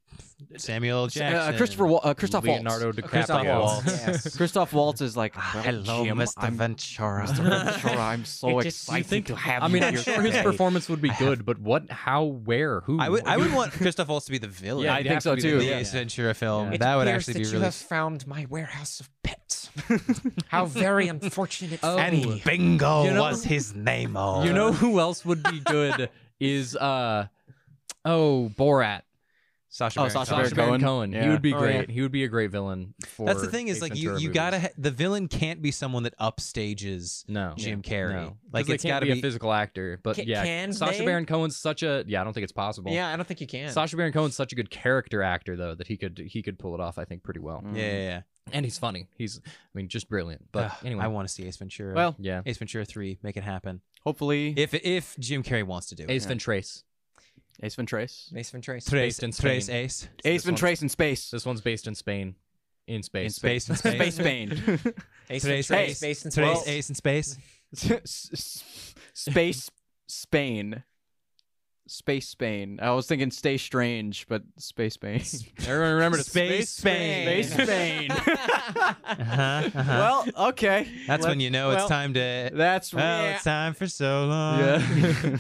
B: Samuel L. Jackson.
E: uh, Christopher Wal- uh, Christoph Waltz.
D: Leonardo
B: Christoph
D: DiCaprio.
B: Waltz.
C: Yes.
E: Christoph Waltz is like
F: Ah,
E: "Well,
F: hello,
E: Jim,
F: Mr.
E: I'm,
F: Ventura.
E: Mr. Ventura, I'm so
C: It just- you
E: excited
C: think-
E: Oh, to have
D: I
E: you
D: mean, I'm
E: here
D: sure his
E: today."
D: performance would be good, but what, how, where, who?
B: I would I would want Christoph Waltz to be the villain.
E: Yeah, I
B: He'd
E: think
B: have
E: so
B: to be the
E: too.
B: Ace
E: Yeah.
B: Ventura film.
D: Yeah.
B: That would
C: Appears
B: actually
C: that
B: be
C: you
B: really.
C: have found my warehouse of pets. How very unfortunate.
D: Oh.
C: for me.
F: And Bingo
D: You know-
F: was his name. All
D: You know who else would be good is uh oh Borat.
B: Sasha
E: Oh,
B: Baron
E: Sacha
B: Cohen.
E: Baron
D: Sacha
E: Cohen?
D: Baron Cohen. He
E: Yeah.
D: would be
C: Oh,
D: great. He would be a great villain for
B: That's the thing is
D: Ace
B: like you
D: Ventura
B: you
D: movies.
B: gotta ha- the villain can't be someone that upstages
D: no
B: Jim Carrey.
D: No.
B: Like
D: Like it
B: it's
D: can't
B: gotta
D: be,
B: be-
D: a physical actor, but
C: Ca-
D: yeah,
C: can
D: Sacha
C: they?
D: Baron Cohen's such a yeah. I don't think it's possible.
C: Yeah, I don't think you can.
D: Sacha Baron Cohen's such a good character actor though that he could he could pull it off. I think pretty well,
E: Mm.
B: Yeah, yeah, yeah.
D: and he's funny. He's I mean just brilliant. But
B: Ugh,
D: anyway,
B: I want to see Ace Ventura.
E: Well,
D: yeah,
B: Ace Ventura three, make it happen.
E: hopefully
B: If if Jim Carrey wants to do it.
D: Ace Ventrace.
E: Ace Ventrace.
C: Mace Ventura.
B: Tres,
D: based in
B: tres
D: Spain.
B: Ace.
E: Ace
D: one's-
E: Ventrace in space.
D: This one's based in Spain, in space.
E: In
B: Space and space.
E: Space Spain.
C: Ace
B: Tres,
C: Ventura.
E: Ace.
C: Space and
B: Tres
C: space.
B: Ace in space.
E: S- s- space Spain. Space Spain. I was thinking stay strange, but space Spain.
D: Everyone remember to
B: Space Spain.
E: Space Spain.
B: Uh-huh, uh-huh.
E: well, okay.
B: That's when you know
E: well,
B: it's time to.
E: That's
B: Well, it's time for so long.
E: yeah.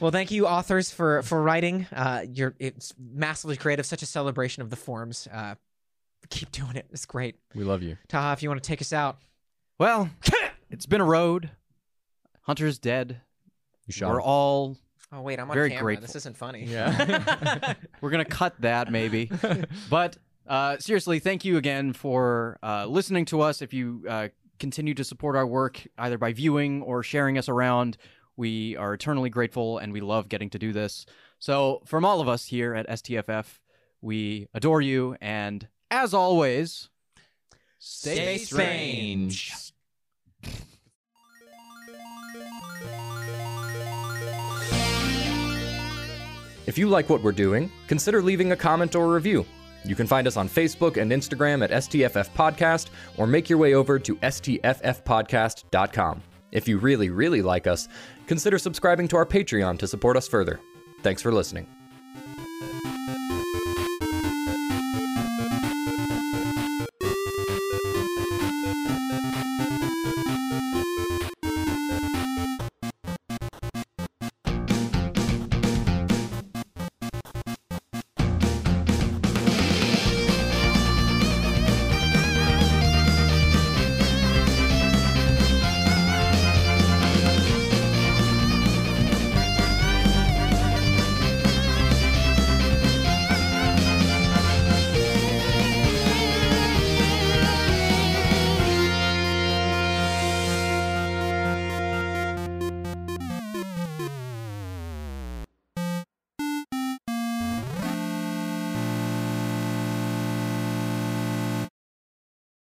C: Well, thank you, authors, for for writing. Uh, you're it's massively creative. Such a celebration of the forms. Uh, keep doing it. It's great.
D: We love you.
C: Taha, if you want to take us out,
E: well, it's been a road. Hunter's dead.
D: You shot.
E: We're all.
C: Oh wait, I'm on
E: Very
C: camera.
E: grateful.
C: This isn't funny.
E: Yeah. We're gonna cut that maybe. but uh, seriously, thank you again for uh, listening to us. If you uh, continue to support our work either by viewing or sharing us around, we are eternally grateful and we love getting to do this. So, from all of us here at STFF, we adore you. And as always,
B: Stay strange.
D: If you like what we're doing, consider leaving a comment or review. You can find us on Facebook and Instagram at STFF Podcast or make your way over to STFFpodcast.com. If you really, really like us, consider subscribing to our Patreon to support us further. Thanks for listening.